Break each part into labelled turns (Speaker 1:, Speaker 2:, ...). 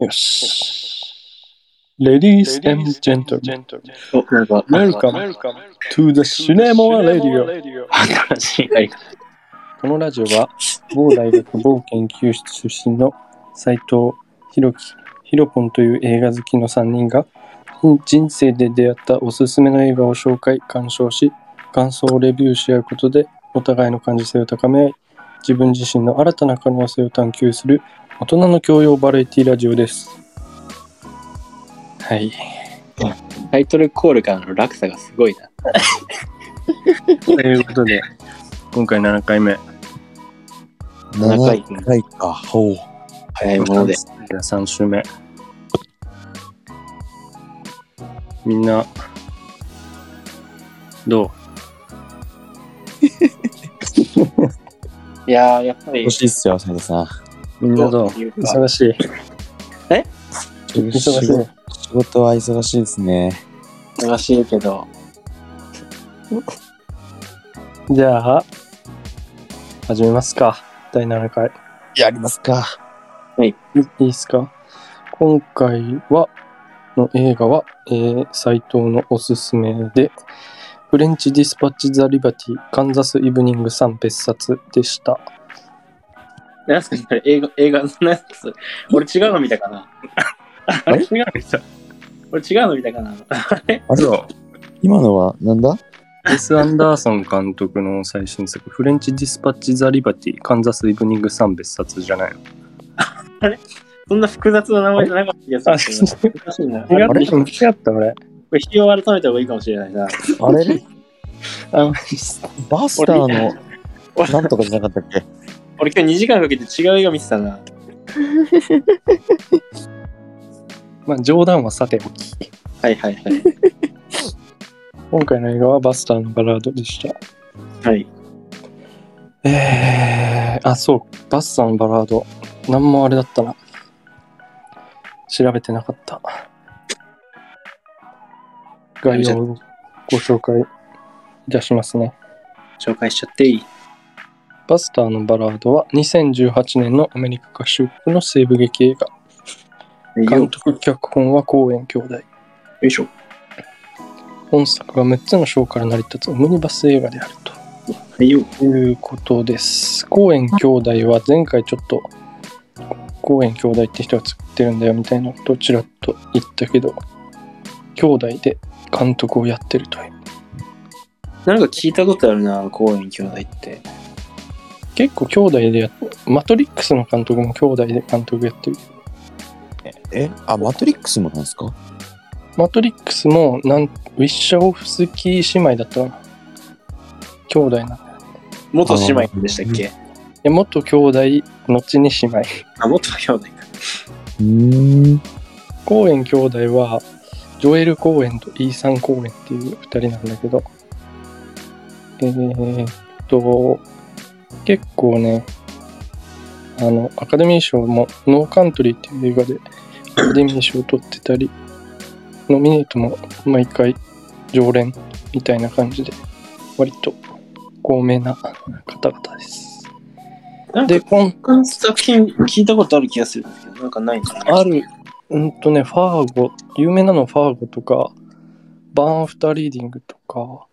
Speaker 1: よし。Ladies and gentlemen,
Speaker 2: o なんか、
Speaker 1: welcome to the Cinema Radio.
Speaker 2: 新しいやり方。
Speaker 1: このラジオは、某大学某研究室出身の斉藤弘樹、ひろぽんという映画好きの3人が、人生で出会ったおすすめの映画を紹介、鑑賞し、感想をレビューし合うことで、お互いの感受性を高め合い、自分自身の新たな可能性を探求する、大人の教養バラエティラジオです。はい。
Speaker 2: タイトルコールからの落差がすごいな。
Speaker 1: ということで、今回7回目、
Speaker 2: 7
Speaker 3: 7
Speaker 2: 回
Speaker 3: 回か。ほう。
Speaker 2: 早いもので。
Speaker 1: 3週目。みんな、どう
Speaker 2: いやー、やっぱり
Speaker 3: 欲、しいっすよ、斉藤さん。
Speaker 1: みんなどう
Speaker 2: っていうか
Speaker 1: 忙しい。
Speaker 2: え
Speaker 1: 忙し
Speaker 3: 仕
Speaker 1: い
Speaker 3: 事。仕事は忙しいですね。
Speaker 2: 忙しいけど、
Speaker 1: じゃあ、始めますか。第7回。
Speaker 3: やりますか。
Speaker 1: いいですか今回は、の映画は、えー、斉藤のおすすめで、フレンチ・ディスパッチ・ザ・リバティ、カンザス・イブニング3別冊でした。
Speaker 2: なんすかそれ、映画、映画、なんすかそれ俺違うの見たかなあれ違うの見た俺違うの見たかな
Speaker 3: あれ今のは、なんだ
Speaker 1: ウェス・アンダーソン監督の最新作、フレンチ・ディスパッチ・ザ・リバティ、カンザス・イブニング3別冊じゃないの。
Speaker 2: そんな複雑な名前じゃなかった気がするけど。難しいな。これ、
Speaker 1: あれ違った俺。
Speaker 2: 日を改めた方がいいかもしれないな。
Speaker 3: あ れ
Speaker 1: あ、マジっす
Speaker 3: バスター
Speaker 2: 俺
Speaker 3: の、なんとかじゃなかったっけ
Speaker 2: 俺今日2時間かけて違う映画見てたな。
Speaker 1: まあ、冗談はさておき。
Speaker 2: はいはいはい。
Speaker 1: 今回の映画はバスターのバラードでした。
Speaker 2: はい。
Speaker 1: えー、あ、そう、バスさんバラード。なんもあれだったな。調べてなかった。概要をご紹介いたしますね。
Speaker 2: 紹介しちゃっていい
Speaker 1: バスターのバラードは2018年のアメリカ合衆国の西部劇映画。監
Speaker 2: よ
Speaker 1: 督脚本は公園兄弟。
Speaker 2: いしょ。
Speaker 1: 本作は6つの章から成り立つオムニバス映画であると。
Speaker 2: はいよ。
Speaker 1: ということです。公園兄弟は前回ちょっと公園兄弟って人が作ってるんだよみたいなことをちらっと言ったけど、兄弟で監督をやってるという。
Speaker 2: なんか聞いたことあるな、公園兄弟って。
Speaker 1: 結構兄弟でやっマトリックスの監督も兄弟で監督やってる。
Speaker 3: え、あ、マトリックスもなんですか
Speaker 1: マトリックスもなんウィッシャオフスキー姉妹だったかな。兄弟なんだよ。
Speaker 2: 元姉妹でしたっけ
Speaker 1: いや元兄弟、後に姉妹。
Speaker 2: あ元兄弟か。
Speaker 3: うーん。
Speaker 1: 公園兄弟はジョエル・公園とイーサン・公園っていう2人なんだけどえーっと結構ねあのアカデミー賞も「ノーカントリー」っていう映画でアカデミー賞を取ってたりノミネートも毎回常連みたいな感じで割と高名な方々です
Speaker 2: なんか
Speaker 1: で今
Speaker 2: 他の作品聞いたことある気がするんですけど、なんかないんだ
Speaker 1: ある、うんとね、ファーゴ、有名なのはファーゴとか、バーンアフターリーディングとか、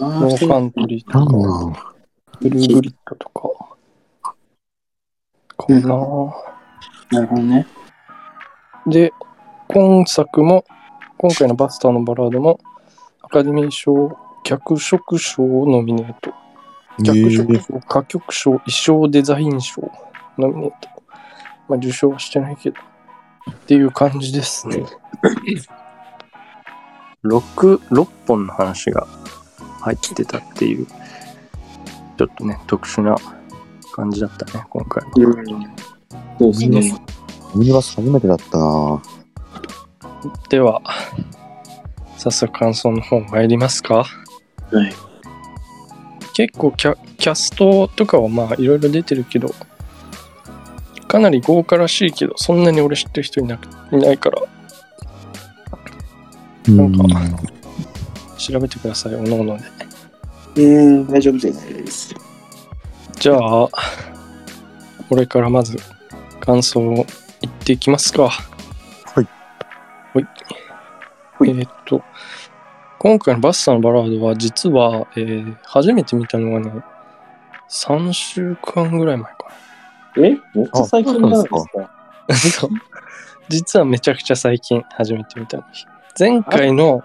Speaker 2: あ
Speaker 1: ノーカントリーとか、
Speaker 3: だ
Speaker 1: ブルーグリッドとか、かな
Speaker 2: なるほどね。
Speaker 1: で、今作も、今回のバスターのバラードも、アカデミー賞、脚色賞をノミネート。脚色賞、歌曲賞、衣装デザイン賞、ノミネート。まあ、受賞はしてないけど。っていう感じです ね。6、6本の話が入ってたっていう、ちょっとね、特殊な感じだったね、今回。
Speaker 2: うん。そうですね。
Speaker 3: オムニバス初めてだったな
Speaker 1: では、早速感想の方参りますか。
Speaker 2: はい。
Speaker 1: 結構キャキャストとかはまあいろいろ出てるけどかなり豪華らしいけどそんなに俺知ってる人いなくいないからなんか調べてくださいおのおので
Speaker 2: うん、大丈夫です。
Speaker 1: じゃあ俺からまず感想を言っていきますか。
Speaker 3: はい。
Speaker 1: はい。
Speaker 2: はい
Speaker 1: えーっと、今回のバスターのバラードは実は、えー初めて見たのがね、3週間ぐらい前か
Speaker 2: えめっちゃ最近じゃないですか
Speaker 3: あそう
Speaker 1: な。そう。実はめちゃくちゃ最近初めて見たの。前回の、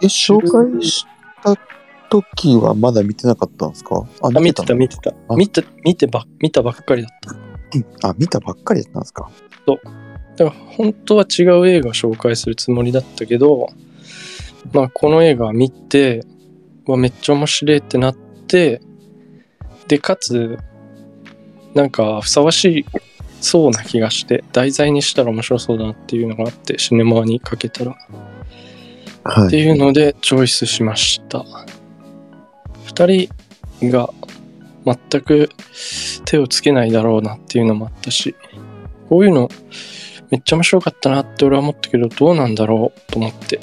Speaker 3: え、紹介した時はまだ見てなかったんですかあ
Speaker 1: あ、見てた見てた。
Speaker 3: あ
Speaker 1: 見て、見てば、見たばっかりだった。
Speaker 3: た。あ、見たばっかりだったんですか
Speaker 1: だから本当は違う映画を紹介するつもりだったけど、まあ、この映画見てうわめっちゃ面白いってなってでかつなんかふさわしいそうな気がして題材にしたら面白そうだなっていうのがあってシネマにかけたらっ
Speaker 3: は
Speaker 1: て。いうのでチョイスしました2人が全く手をつけないだろうなっていうのもあったしこういうのめっちゃ面白かったなって俺は思ったけどどうなんだろうと思って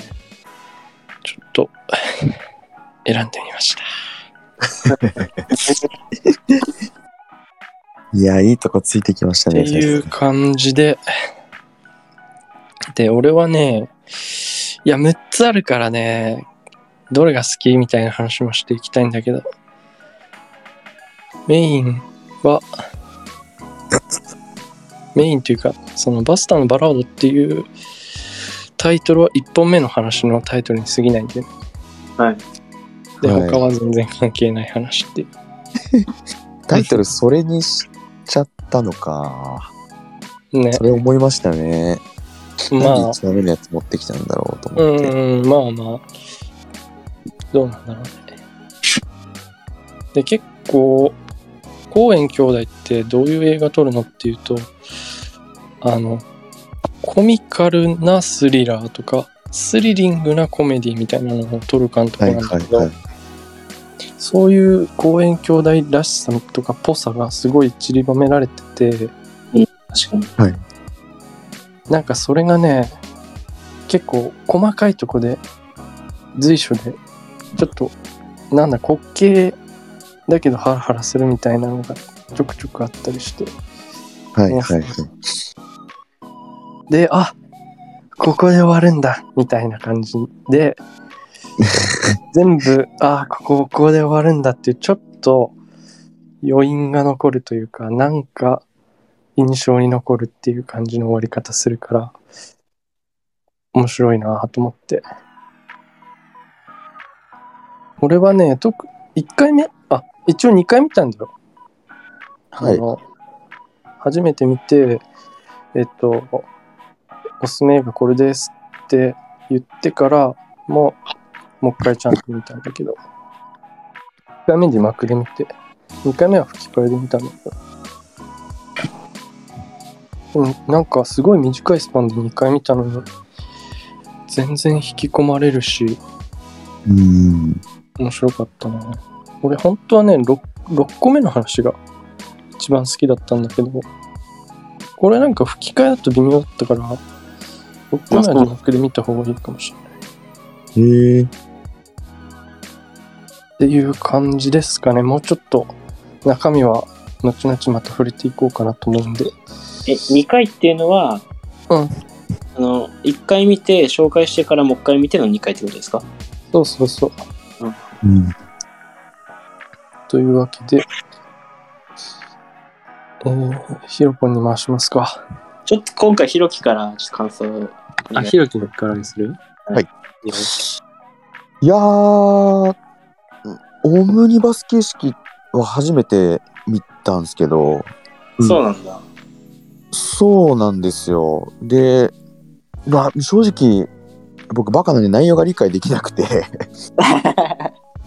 Speaker 1: ちょっと 選んでみました
Speaker 3: いや、いいとこついてきました
Speaker 1: って
Speaker 3: ね。
Speaker 1: いう感じでで俺はねいや6つあるからねどれが好きみたいな話もしていきたいんだけどメインはメインというかその「バスターのバラード」っていうタイトルは1本目の話のタイトルに過ぎないんで
Speaker 2: はい。
Speaker 1: で
Speaker 3: はい
Speaker 1: 他は全然関係ない話っていう
Speaker 3: タイトル、それにしちゃったのか。
Speaker 1: ね
Speaker 3: それ思いましたね。
Speaker 1: ま
Speaker 3: なん
Speaker 1: あ
Speaker 3: で1話目のやつ持ってきたんだろうと
Speaker 1: う
Speaker 3: 思って。
Speaker 1: んうん、まあまあ、どうなんだろうね。で、結構、公園兄弟ってどういう映画撮るのっていうと、あの、コミカルなスリラーとか、スリリングなコメディみたいなのを撮る監督
Speaker 3: はい
Speaker 1: なん
Speaker 3: は
Speaker 1: だけ
Speaker 3: いは
Speaker 1: ど
Speaker 3: い、。
Speaker 1: そういう公園兄弟らしさとかっぽさがすごい散りばめられてて、
Speaker 2: 確かに。
Speaker 1: なんかそれがね結構細かいとこで随所でちょっとなんだ滑稽だけどハラハラするみたいなのがちょくちょくあったりして
Speaker 3: はいはいはい。
Speaker 1: であここで終わるんだみたいな感じで全部あここここで終わるんだっていうちょっと余韻が残るというかなんか印象に残るっていう感じの終わり方するから面白いなと思って俺はね特1回目あ一応2回見たんだよ
Speaker 3: はい
Speaker 1: あの初めて見てえっとおすすめ映画これですって言ってからもうもう一回ちゃんと見たんだけど1回目字幕で見て2回目は吹き替えで見たんだけどうんなんかすごい短いスパンで2回見たのに全然引き込まれるし
Speaker 3: うん。
Speaker 1: 面白かったな俺本当はね 6, 6個目の話が一番好きだったんだけどこれなんか吹き替えだと微妙だったから6個目は字幕で見た方がいいかもしれない
Speaker 3: へえ。
Speaker 1: っていう感じですかねもうちょっと中身は後々また触れていこうかなと思うんで
Speaker 2: え、2回っていうのは、
Speaker 1: うん。
Speaker 2: あの、1回見て、紹介してからもう1回見ての2回ってことですか
Speaker 1: そうそうそう
Speaker 3: うん。
Speaker 1: というわけで、えー、ヒロポンに回しますか
Speaker 2: ちょっと今回、ひろきからちょっと感想を。
Speaker 1: ロキからにする
Speaker 3: いやー、オムニバス形式は初めて見たんですけど、
Speaker 1: うん
Speaker 2: そうなんだ。
Speaker 3: そうなんですよ。で、まあ、正直、僕、バカなんで内容が理解できなくて。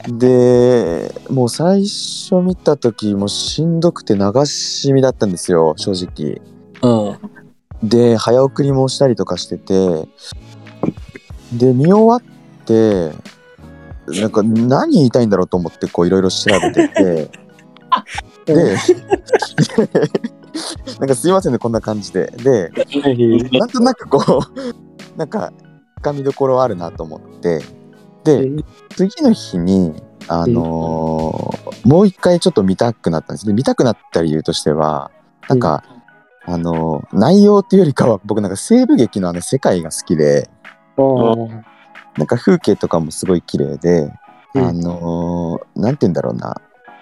Speaker 3: で、もう最初見た時もうしんどくて流し見だったんですよ、正直。
Speaker 1: うん
Speaker 3: で、早送りもしたりとかしてて、で、見終わって、なんか何言いたいんだろうと思ってこういろいろ調べてて、で、 なんかすいませんね、こんな感じで。で、
Speaker 1: はい
Speaker 3: なんとなくこう、 なんか、掴みどころあるなと思って、で、次の日に、あのーもう一回ちょっと見たくなったんですね。見たくなった理由としては、なんか、あの内容っていうよりかは僕なんか西部劇のあの世界が好きで
Speaker 1: あー
Speaker 3: なんか風景とかもすごい綺麗で、
Speaker 1: うん
Speaker 3: あのーなんて言うんだろうな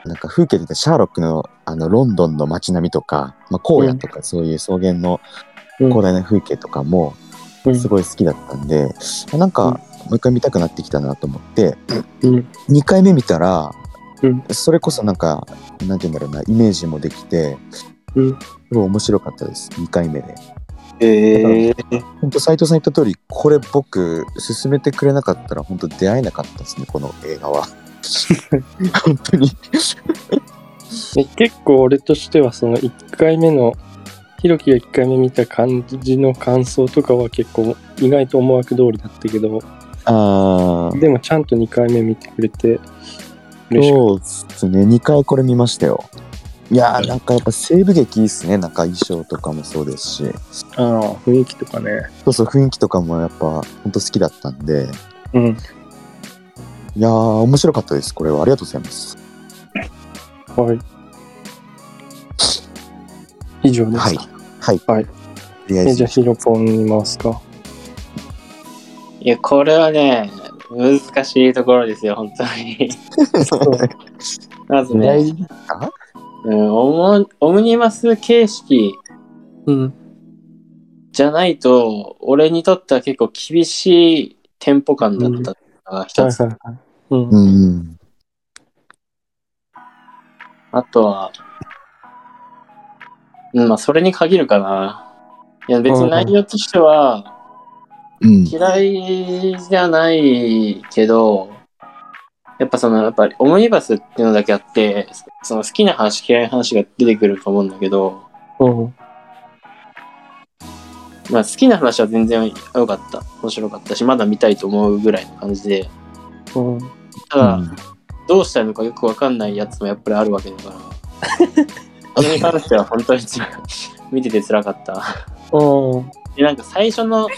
Speaker 3: なんか風景って言ったらシャーロックのあのロンドンの街並みとか、まあ、荒野とかそういう草原の
Speaker 1: うん
Speaker 3: 広大な風景とかも
Speaker 1: うん
Speaker 3: すごい好きだったんで、なんかもう一回見たくなってきたなと思って、
Speaker 1: うん
Speaker 3: 2回目見たら、
Speaker 1: うん
Speaker 3: それこそなんかなんて言うんだろうなイメージもできて
Speaker 1: うん
Speaker 3: すごい面白かったです2回目で。
Speaker 4: ええ
Speaker 3: 本当斉藤さん言った通りこれ僕勧めてくれなかったら本当出会えなかったですねこの映 画は本当に
Speaker 1: え結構俺としてはその1回目のひろきが1回目見た感じの感想とかは結構意外と思惑通りだったけど
Speaker 3: ああ
Speaker 1: でもちゃんと2回目見てくれて嬉しかっ
Speaker 3: そうですね2回これ見ましたよいやーなんかやっぱ西部劇いいっすねなんか衣装とかもそうですし
Speaker 1: たああ雰囲気とかね
Speaker 3: そうそう雰囲気とかもやっぱ本当好きだったんで
Speaker 1: うん
Speaker 3: いやー面白かったですこれはありがとうございます
Speaker 1: はい以上ですか、
Speaker 3: はいはい
Speaker 1: はい
Speaker 3: とりあえ
Speaker 1: え
Speaker 3: ず
Speaker 1: じゃあヒロポンに回すか
Speaker 2: いや、これはね、難しいところですよ、本当 に。まずね、うんオム、オムニバス形式
Speaker 1: うん
Speaker 2: じゃないと、俺にとっては結構厳しいテンポ感だったのが
Speaker 1: は
Speaker 2: 一
Speaker 1: い
Speaker 2: つ。
Speaker 1: はいはいうん
Speaker 3: う、ん
Speaker 2: あとは、うん、まあ、それに限るかな。いや、別に内容としては、
Speaker 3: うん
Speaker 2: 嫌いじゃないけど、やっぱその、やっぱりオムニバスっていうのだけあって、その好きな話、嫌いな話が出てくると思うんだけど、
Speaker 1: うん、
Speaker 2: まあ好きな話は全然良かった。面白かったし、まだ見たいと思うぐらいの感じで、
Speaker 1: うん
Speaker 2: ただ、どうしたいのかよくわかんないやつもやっぱりあるわけだから。これに関しては本当に辛か 見てて辛かった。
Speaker 1: うん
Speaker 2: で、なんか最初の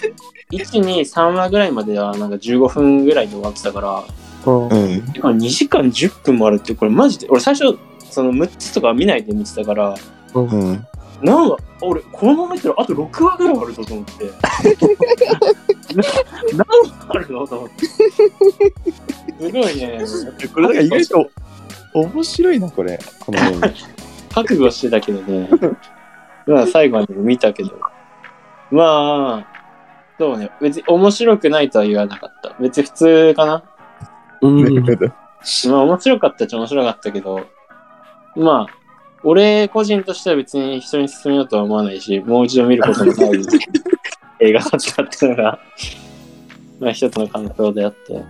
Speaker 2: 1、2、3話ぐらいまではなんか15分ぐらいで終わってたから、
Speaker 1: うん
Speaker 3: うんうん
Speaker 2: 今2時間10分もあるって、これマジで、俺最初その6つとか見ないで見てたから、
Speaker 3: うん
Speaker 2: 何話俺、このまま見たらあと6話ぐらいあるぞと思って。 な何話あるのと思って。すごいね。
Speaker 3: これだから意外と面白いなこれこの映画
Speaker 2: 覚悟してたけどね。まあ最後に見たけど。まあ、そうね。別に面白くないとは言わなかった。別に普通かな。
Speaker 1: うん
Speaker 2: まあ面白かったっちゃ面白かったけど、まあ、俺個人としては別に人に勧めようとは思わないし、もう一度見ることもない映画だったっていうのが、まあ一つの感想であって。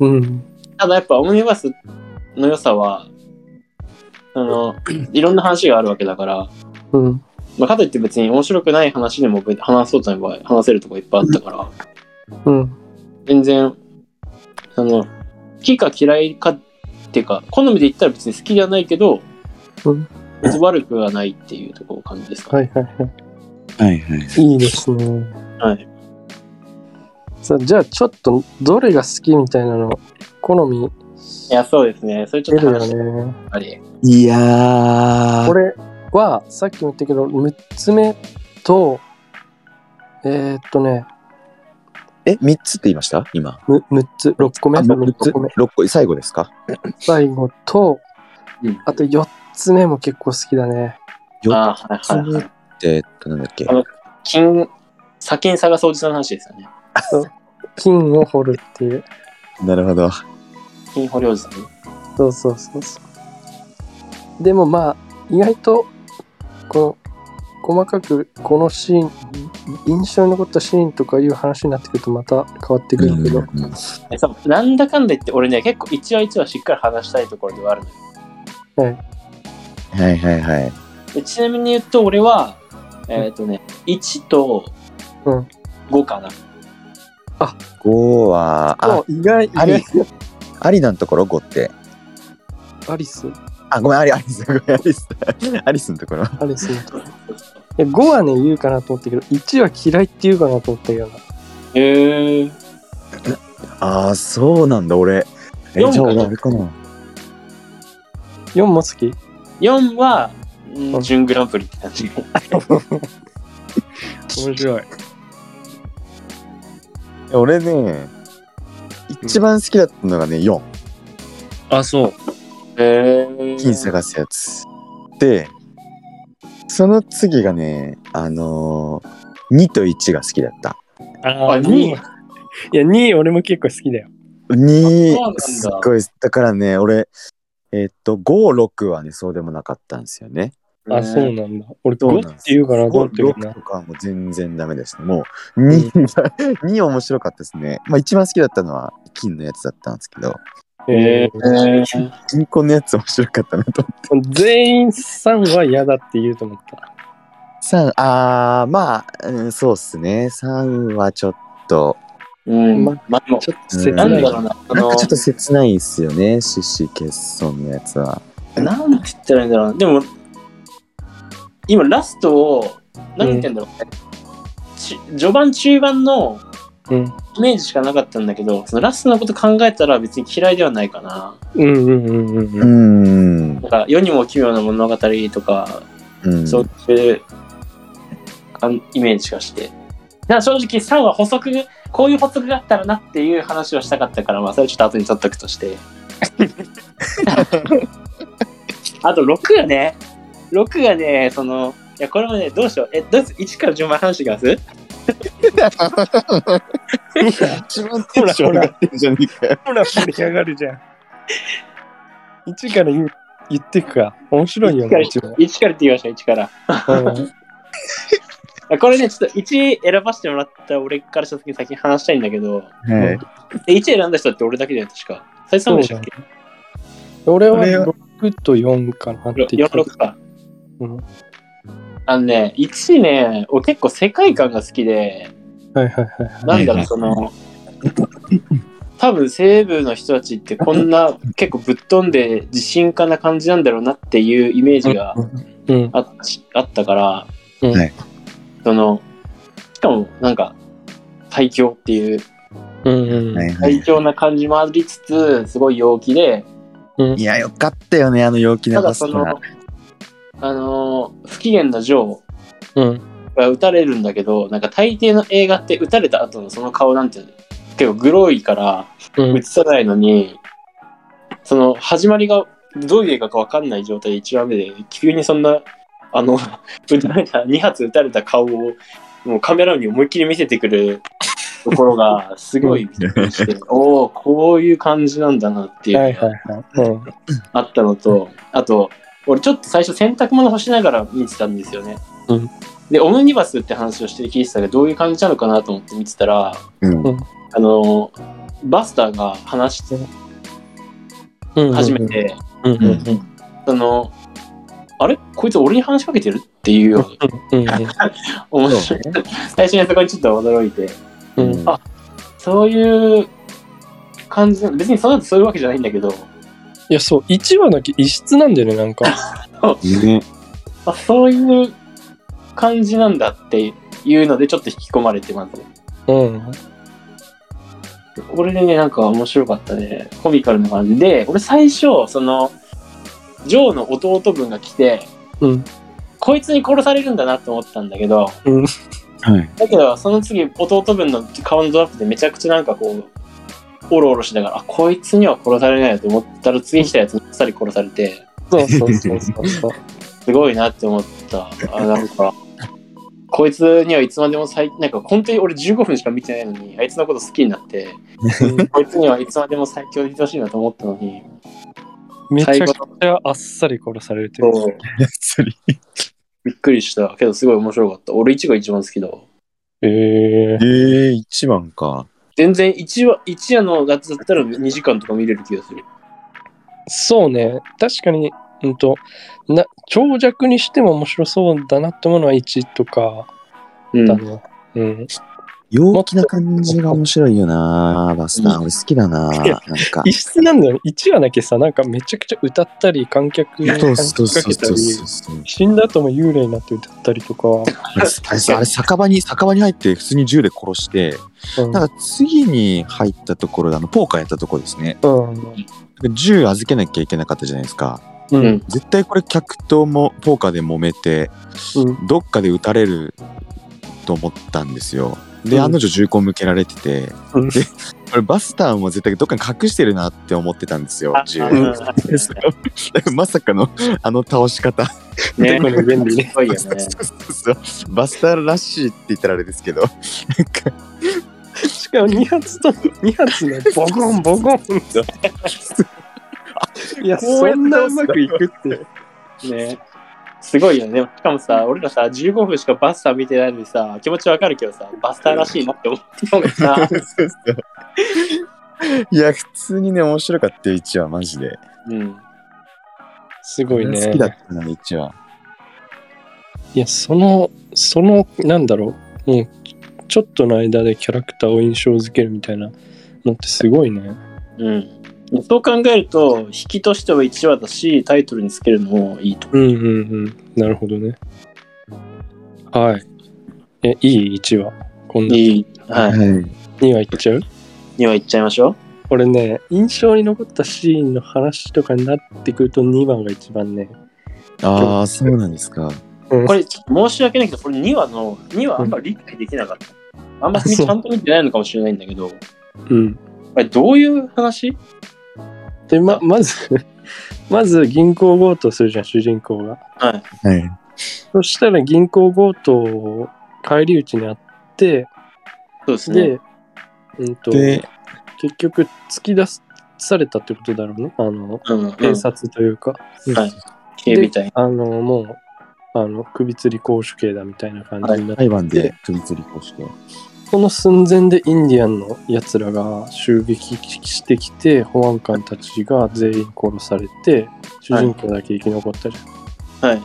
Speaker 1: うん
Speaker 2: ただやっぱオムニバスの良さは、あの、いろんな話があるわけだから、
Speaker 1: うん
Speaker 2: まあ、かといって別に面白くない話でも別に話そうと思えば話せるとこいっぱいあったから、
Speaker 1: うん
Speaker 2: 全然、あの、好きか嫌いかっていうか、好みで言ったら別に好きじゃないけど、
Speaker 1: うん
Speaker 2: 別に悪くはないっていうところ感じですか、
Speaker 1: はいはいは
Speaker 3: はいはい
Speaker 1: いいいですね
Speaker 2: はい。
Speaker 1: さあじゃあちょっとどれが好きみたいなの好み
Speaker 2: いや、そうですね。それちょ
Speaker 1: 出
Speaker 2: っと
Speaker 1: るよ
Speaker 2: 話して
Speaker 1: ね
Speaker 2: あり。
Speaker 3: いやー
Speaker 1: これはさっきも言ったけど6つ目とえー、っとね
Speaker 3: え三つって言いました今
Speaker 1: む6つ6個目
Speaker 3: あもう六つ
Speaker 1: 6個目
Speaker 3: 六個最後ですか
Speaker 1: 最後と、
Speaker 2: うん
Speaker 1: あと4つ目も結構好きだね
Speaker 3: 四
Speaker 2: ああ、はい
Speaker 3: つ
Speaker 2: はい
Speaker 3: 目
Speaker 2: は
Speaker 3: っ
Speaker 2: い。
Speaker 3: てえっとなんだっけ
Speaker 2: あの金、砂金探すおじさんの話ですよね。
Speaker 1: 金を掘るっていう
Speaker 3: なるほど
Speaker 2: 金掘りおじさんね。
Speaker 1: そうそうそうそうでもまあ意外とこの細かくこのシーン印象に残ったシーンとかいう話になってくるとまた変わってくるけど、
Speaker 3: うん
Speaker 2: えそうなんだかんだ言って、俺ね、結構一話一話しっかり話したいところではあるのよ。
Speaker 3: はいはいはい
Speaker 2: でちなみに言うと俺はえっ、とね1と
Speaker 1: うん
Speaker 2: 5かな、
Speaker 3: 五はあ
Speaker 1: あ意外意
Speaker 3: あり
Speaker 1: 外
Speaker 3: ありなんところ五って
Speaker 1: アリス
Speaker 3: あごめんありありですごめんありす ありすのところ
Speaker 1: アリスのとこえ5はね言うかなと思ったけど1は嫌いって言うかなと思ったような
Speaker 2: へえ
Speaker 3: ああそうなんだ俺え
Speaker 2: 四
Speaker 3: じゃあ
Speaker 2: かな
Speaker 3: 俺あれかな
Speaker 1: 4も好き
Speaker 2: 4は
Speaker 1: うん
Speaker 2: 準グランプリって感じ。
Speaker 1: 面白い。
Speaker 3: 俺ね、一番好きだったのがね、4、
Speaker 1: あ、そう。
Speaker 2: えー、
Speaker 3: 金探すやつ。で、その次がね、あのー、2と1が好きだった。
Speaker 1: あ
Speaker 2: あ
Speaker 1: ー、2位。いや、2位俺も結構好きだよ。
Speaker 3: 2
Speaker 2: あそうなんだ
Speaker 3: すっごいだからね俺えっと56はねそうでもなかったんですよね
Speaker 1: あ、そうなんだ。俺、
Speaker 3: そう
Speaker 1: 5
Speaker 3: なん
Speaker 1: っ
Speaker 3: です
Speaker 1: て言うかなと思ってるけど
Speaker 3: 56
Speaker 1: な。
Speaker 3: とかはもう全然ダメですねもう2二 面白かったですねまあ一番好きだったのは金のやつだったんですけど
Speaker 1: えー
Speaker 2: えー
Speaker 3: 銀行のやつ面白かったなと
Speaker 1: 全員3は嫌だって言うと思った。
Speaker 3: 3あーまあ、うんそうっすね3はちょっと
Speaker 2: うん。
Speaker 1: ま
Speaker 2: ま、あでも、
Speaker 1: ちょっと切な
Speaker 2: ないんだろうな。あ
Speaker 3: なん
Speaker 2: の
Speaker 3: かちょっと切ないっすよね獅子欠損のやつは
Speaker 2: なんて言ったらいいんだろうな。でも、今、ラストを、何て言うんだろうね、ち序盤、中盤の
Speaker 1: うん。
Speaker 2: イメージしかなかったんだけど、そのラストのこと考えたら別に嫌いではないかな。
Speaker 1: うんうんうんうん
Speaker 3: う
Speaker 1: うん。
Speaker 3: ん
Speaker 2: なんか、世にも奇妙な物語とか、
Speaker 3: うん
Speaker 2: そういうあんイメージがして。なんか正直、3は補足、こういう補足があったらなっていう話をしたかったから、まあ、それちょっと後に取っとくとして。 あと6がね、6がね、その、いや、これもね、どうしよう。え、どうす1から順番話してきます
Speaker 3: 一番テンション上がってんじゃねえかよ
Speaker 1: ほら、盛り上がるじゃん。1から言う言ってくか。面白いよね、一番。
Speaker 2: ?1 からって言いましょう、1から。
Speaker 1: うん
Speaker 2: あこれね、ちょっと1選ばせてもらった俺からした時に先に話したいんだけど、
Speaker 3: はい
Speaker 2: え1選んだ人って俺だけだよ、確か。最初でしたっけ
Speaker 1: 俺は
Speaker 3: 俺は
Speaker 1: 6と4かなって言ってた。
Speaker 2: 46か。
Speaker 1: うん
Speaker 2: あのね、1位ね、俺結構世界観が好きで、
Speaker 1: はいはいはいはい。
Speaker 2: なんだろ
Speaker 3: は
Speaker 2: う、
Speaker 3: い
Speaker 2: その、多分西部の人たちってこんな結構ぶっ飛んで自信家な感じなんだろうなっていうイメージが
Speaker 1: うん。
Speaker 2: あっちあったから、
Speaker 1: うん
Speaker 3: はい
Speaker 2: その、しかもなんか、最強っていう、
Speaker 1: うんうん。
Speaker 3: はいはい
Speaker 2: 最強な感じもありつつ、すごい陽気で、
Speaker 3: いや、よかったよね、あの陽気
Speaker 2: た
Speaker 3: な
Speaker 2: だ
Speaker 3: バス
Speaker 2: そ
Speaker 3: ター
Speaker 2: の。、あの、不機嫌なジョ
Speaker 1: う
Speaker 2: ー、
Speaker 1: ん。
Speaker 2: は撃たれるんだけどなんか大抵の映画って撃たれた後のその顔なんて結構グロいから
Speaker 1: うん
Speaker 2: 映さないのにその始まりがどういう映画か分かんない状態で1話目で急にそんなあの 撃たれた2発撃たれた顔をもうカメラに思いっきり見せてくるところがすごいびっく りしておおこういう感じなんだなっていう
Speaker 1: は
Speaker 2: の
Speaker 1: い
Speaker 2: が
Speaker 1: はいはい。うん。
Speaker 2: あったのとあと俺ちょっと最初洗濯物干しながら見てたんですよね、
Speaker 1: うん
Speaker 2: でオムニバスって話をして聞いてたけどどういう感じなのかなと思って見てたら
Speaker 3: うん
Speaker 1: うん
Speaker 2: あのバスターが話し
Speaker 1: うん
Speaker 2: 始め。て、
Speaker 1: うんうんうん。
Speaker 2: そのあれこいつ俺に話しかけてるっていうような
Speaker 1: うん
Speaker 2: 面白い、 最初にそこにちょっと驚いて
Speaker 1: うん
Speaker 3: うん
Speaker 2: あそういう感じな別にその後そういうわけじゃないんだけど
Speaker 1: いや、そう、1話だけ異質なんだよね、なんか。
Speaker 3: ね
Speaker 2: あそういう感じなんだっていうのでちょっと引き込まれてます
Speaker 1: うん。
Speaker 2: これでね、なんか面白かったね。コミカルな感じで、俺最初、その、ジョーの弟分が来て、
Speaker 1: うん。
Speaker 2: こいつに殺されるんだなと思ったんだけど、
Speaker 3: はい。
Speaker 2: だけど、その次、弟分の顔のドラップでめちゃくちゃなんかこう、オロオロしながら、あ、こいつには殺されないと思ったら、次来たやつにあっさり殺されて、
Speaker 1: そうそうそうそうそう。
Speaker 2: すごいなって思った。あ、なんか、こいつにはいつまでも最、なんか本当に俺15分しか見てないのに、あいつのこと好きにな って、こいつにはいつまでも最強でいてほしいなと思ったのに、
Speaker 1: めちゃ
Speaker 2: 最
Speaker 1: く
Speaker 2: 後
Speaker 1: ちゃあっさり殺されてる。
Speaker 2: そう
Speaker 3: 釣り。
Speaker 2: びっくりしたけどすごい面白かった俺1が一番好きだわ
Speaker 1: ええ。
Speaker 3: ええ、一番か。
Speaker 2: 全然1話一夜のやつだったら2時間とか見れる気がする
Speaker 1: そうね。確かに、うんと、な、長尺にしても面白そうだなって思うのは1とか
Speaker 2: うん
Speaker 1: だね。うん。
Speaker 3: 陽気な感じが面白いよな、バスター。
Speaker 2: うん
Speaker 3: 俺好きだな、なんか。
Speaker 1: 異質なんだよね。1話だけさ、なんかめちゃくちゃ歌ったり、観客に
Speaker 3: そ
Speaker 1: 話
Speaker 3: うそう
Speaker 1: し
Speaker 3: そ
Speaker 1: か
Speaker 3: う
Speaker 1: けた
Speaker 3: そ
Speaker 1: り
Speaker 3: う、そう。
Speaker 1: 死んだ後も幽霊になって歌ったりとか。
Speaker 3: あれあれさあれ酒場に、酒場に入って普通に銃で殺して、
Speaker 1: うん
Speaker 3: なんか次に入ったところで、あの、ポーカーやったところですね。
Speaker 1: うん。
Speaker 3: 銃預けなきゃいけなかったじゃないですか。
Speaker 1: うん
Speaker 2: うん
Speaker 3: 絶対これ客ともポーカーで揉めて
Speaker 1: うん
Speaker 3: どっかで打たれると思ったんですよで
Speaker 1: うん
Speaker 3: 案の定銃口向けられてて、
Speaker 1: うん
Speaker 3: でこれバスターも絶対どっかに隠してるなって思ってたんですよ
Speaker 2: あ
Speaker 3: 銃
Speaker 2: うん
Speaker 3: でそれをだ からまさかのあの倒し方
Speaker 2: ね
Speaker 1: 特に便利ね
Speaker 2: すごいよね。
Speaker 3: そうそうバスターらしいって言ったらあれですけどなんか
Speaker 1: しかも2発と2発ねボコンボコンいや
Speaker 3: こう
Speaker 1: そ
Speaker 3: やって
Speaker 1: んなうまくいくって
Speaker 2: ねすごいよね。しかもさ、俺らさ、15分しかバスター見てないのにさ、気持ちわかるけどさ、バスターらしいなって思ってたのがさ、
Speaker 3: そうそういや普通にね面白かったよ1話マジです
Speaker 1: ごいね
Speaker 3: 好きだったな1話
Speaker 1: いやそのそのなんだろうもうちょっとの間でキャラクターを印象づけるみたいなのってすごいね
Speaker 2: うん。うん。そう考えると、引きとしては1話だし、タイトルにつけるのもいいと。
Speaker 1: うんうんうんなるほどねはいえいい1話こんない
Speaker 2: い。はい。
Speaker 3: はい
Speaker 1: 2話いっちゃう
Speaker 2: にはいっちゃいましょ
Speaker 1: 俺ね印象に残ったシーンの話とかになってくると2番が一番ね
Speaker 3: ああそうなんですか
Speaker 2: う。これ、ちょっと申し訳ないけど、これ2話の、2話あんま理解できなかった。あんまりちゃんと見てないのかもしれないんだけど、
Speaker 1: うん
Speaker 2: これどういう話
Speaker 1: でままず まず銀行強盗するじゃん主人公が
Speaker 2: はい。
Speaker 3: はい
Speaker 1: そしたら銀行強盗を返り討ちにあって
Speaker 2: そうですね。
Speaker 1: で、うんと
Speaker 3: で
Speaker 1: 結局突き出されたってことだろうねあの
Speaker 2: うん、うん。
Speaker 1: 警察というか、
Speaker 2: はい。警備隊。
Speaker 1: あのもうあの首吊り公主刑だみたいな感じになって、
Speaker 3: 裁判で首吊りこして
Speaker 1: その寸前でインディアンのやつらが襲撃してきて保安官たちが全員殺されて主人公だけ生き残ったじゃん、
Speaker 2: はい。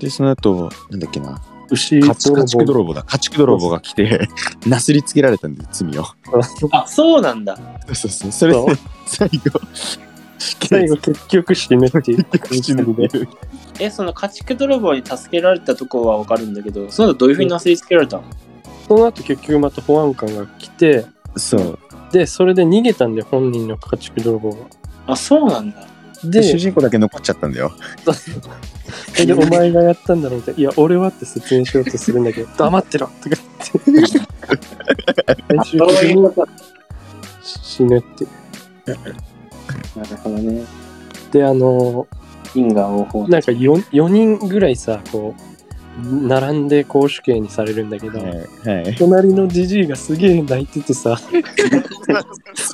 Speaker 3: でその後なんだっけな
Speaker 1: 牛
Speaker 3: 家畜家畜
Speaker 1: 泥棒
Speaker 3: 泥棒だ家畜泥棒が来てなすりつけられたんで罪を
Speaker 2: あ、そうなんだ。
Speaker 3: そうそうそうそ れ
Speaker 1: そう
Speaker 3: で最後
Speaker 1: 最後結局 死ぬっていう
Speaker 3: 口で
Speaker 2: え、その家畜泥棒に助けられたとこはわかるんだけど、その後どういうふうになすりつけられたの、
Speaker 1: その後結局また保安官が来て
Speaker 3: そう
Speaker 1: でそれで逃げたんで本人の家畜泥棒が
Speaker 2: あ、そうなんだ。
Speaker 1: で
Speaker 3: で主人公だけ残っちゃったんだよ
Speaker 1: えでお前がやったんだろうみたいな「いや俺は」って説明しようとするんだけど「 黙ってろ!」とか言って最終的に
Speaker 2: こ
Speaker 1: 死ぬって
Speaker 2: と。なるほどね。
Speaker 1: であの
Speaker 2: 因果応報。
Speaker 1: なんか 4, 4人ぐらいさこう並んで公主刑にされるんだけど、
Speaker 3: はいはい
Speaker 1: 隣のじじいがすげえ泣いてて さ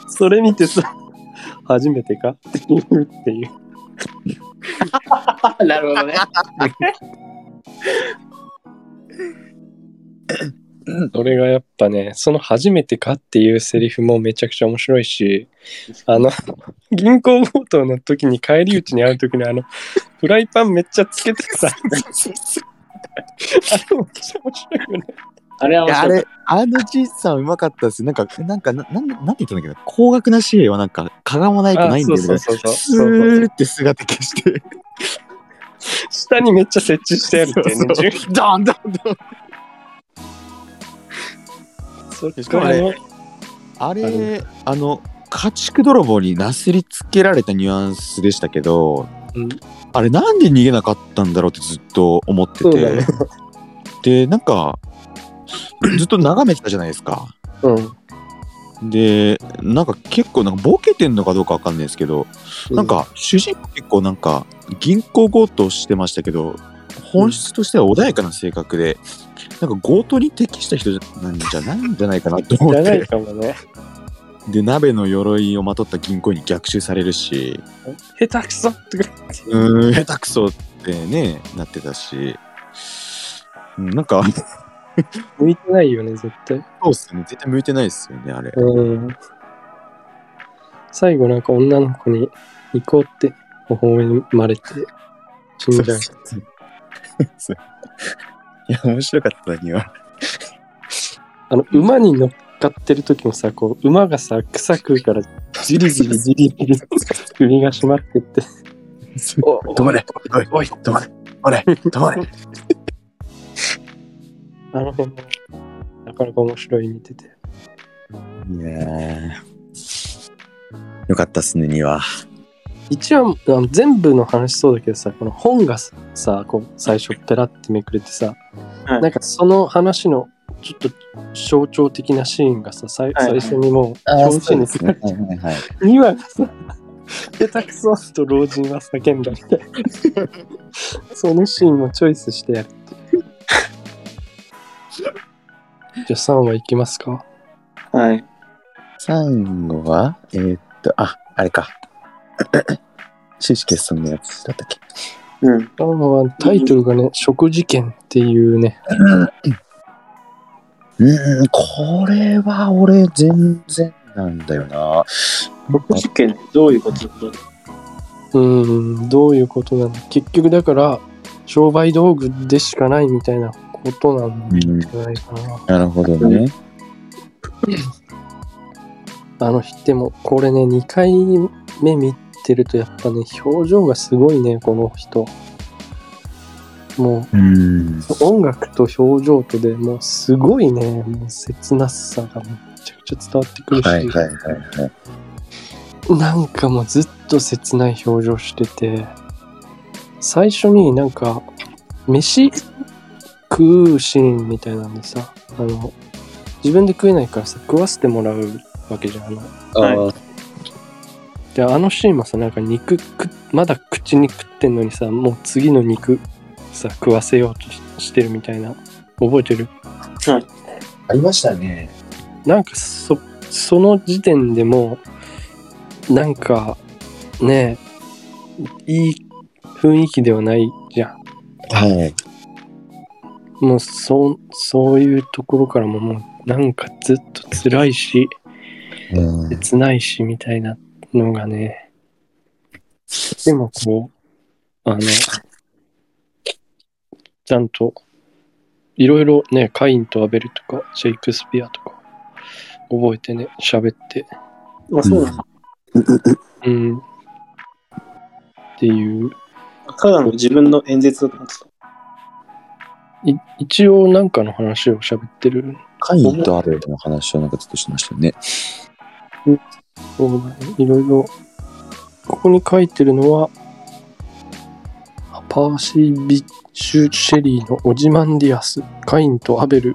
Speaker 1: それ見てさ初めてかっていうっていう
Speaker 2: なるほどね。
Speaker 1: それがやっぱねその初めてかっていうセリフもめちゃくちゃ面白いしあの銀行強盗の時に帰り討ちに会う時のあのフライパンめっちゃつけて さあれめっちゃ面白いよね
Speaker 2: あれはい
Speaker 3: やあ
Speaker 2: 面
Speaker 3: れあのじいさんうまかったですなんかなんかななんなんて言ったんだっけど高額なシーンはなんかかがもないと
Speaker 1: あ
Speaker 3: ないんだ
Speaker 1: そう
Speaker 3: よ
Speaker 1: そう
Speaker 3: ね
Speaker 1: そうそう
Speaker 3: ス
Speaker 1: そうそうそう
Speaker 3: ーって姿消して
Speaker 1: 下にめっちゃ設置してあるっていうね
Speaker 3: そうそうドンドンドン
Speaker 1: そ
Speaker 3: しかもあれあ
Speaker 1: あ
Speaker 3: れあの家畜泥棒になすりつけられたニュアンスでしたけど、
Speaker 1: うん
Speaker 3: あれなんで逃げなかったんだろうってずっと思って
Speaker 1: そうだ
Speaker 3: て、
Speaker 1: ね
Speaker 3: でなんかずっと眺めてたじゃないですか
Speaker 1: うん
Speaker 3: でなんか結構なんかボケてんのかどうかわかんないですけど、なんか主人公結構なんか銀行強盗してましたけど本質としては穏やかな性格で、なんか強盗に適した人じゃなんじゃないんじゃないかなと思
Speaker 1: じ
Speaker 3: っ
Speaker 1: ゃない
Speaker 3: て
Speaker 1: かもね
Speaker 3: で鍋の鎧をまとった銀行に逆襲されるし
Speaker 1: 下手くそとか
Speaker 3: うーん下手くそってねなってたしうんなんかそ
Speaker 1: 向いてないよね絶対
Speaker 3: うっすね絶対向いてないですよねあれ
Speaker 1: うん最後なんか女の子に行こうって微笑まれて死んじゃう
Speaker 3: そうそうそういや面白かったには
Speaker 1: あの馬に乗っかってる時もさこう馬がさ草食うからじりじりじりじり首が締まってって
Speaker 3: 止まれおいおい止まれ止まれ止まれ
Speaker 1: あの辺もなかなか面白い見てて
Speaker 3: いやーよかったっすねには
Speaker 1: 一話あの全部の話そうだけどさこの本がささこう最初ペラってめくれてさ、
Speaker 2: はい
Speaker 1: なんかその話のちょっと象徴的なシーンがさ最,、
Speaker 2: はいはい
Speaker 1: 最初にもう
Speaker 3: あ
Speaker 1: 表紙に
Speaker 3: ね。はいはいはい。
Speaker 1: 2話がさ下手くそと老人は叫んだみたいなそのシーンをチョイスしてやるっていうじゃあ3話いきますか
Speaker 2: はい。
Speaker 3: 最後は、えーっと、あ、あれか。 シシケさんのやつだったっけ。
Speaker 2: うん。
Speaker 1: 3話タイトルがね「食事券」っていうね
Speaker 3: うーん、これは俺全然なんだよな。
Speaker 2: 僕実験ってどういうこと
Speaker 1: うーん、どういうことなの結局だから、商売道具でしかないみたいなことなん
Speaker 3: う
Speaker 1: じ
Speaker 3: ん、
Speaker 1: ゃないかな。
Speaker 3: なるほどね。
Speaker 1: あの日でも、これね、2回目見てるとやっぱね、表情がすごいね、この人。も
Speaker 3: うん。
Speaker 1: う、音楽と表情とでもう、すごいね、もう切なさがめちゃくちゃ伝わってくるし、
Speaker 3: はいはいはいはい。
Speaker 1: なんかもうずっと切ない表情してて、最初になんか、飯食うシーンみたいなんでさ、あの、自分で食えないからさ、食わせてもらうわけじゃん。あの
Speaker 2: はい
Speaker 3: あー
Speaker 1: で、あのシーンもさ、なんか肉食っ、まだ口に食ってんのにさ、もう次の肉さ、食わせようとししてるみたいな、覚えてる
Speaker 3: ありましたね。
Speaker 1: なんかそその時点でもうなんかねえいい雰囲気ではないじゃ
Speaker 3: はい。
Speaker 1: んもうそうそういうところからももうなんかずっと辛いし
Speaker 3: うん
Speaker 1: 切ないしみたいなのがねでもこうあのちゃんといろいろねカインとアベルとかシェイクスピアとか覚えてね喋って
Speaker 2: あ、そうなの
Speaker 1: うん。っていう。
Speaker 2: ただの自分の演説だと思ってた。
Speaker 1: い一応なんかの話を喋ってる。
Speaker 3: カインとアベルの話をなんかずっとしましたよね。
Speaker 1: そうだね。いろいろ。ここに書いてるのは、パーシー・ビッシュ・シェリーのオジマンディアス、カインとアベル、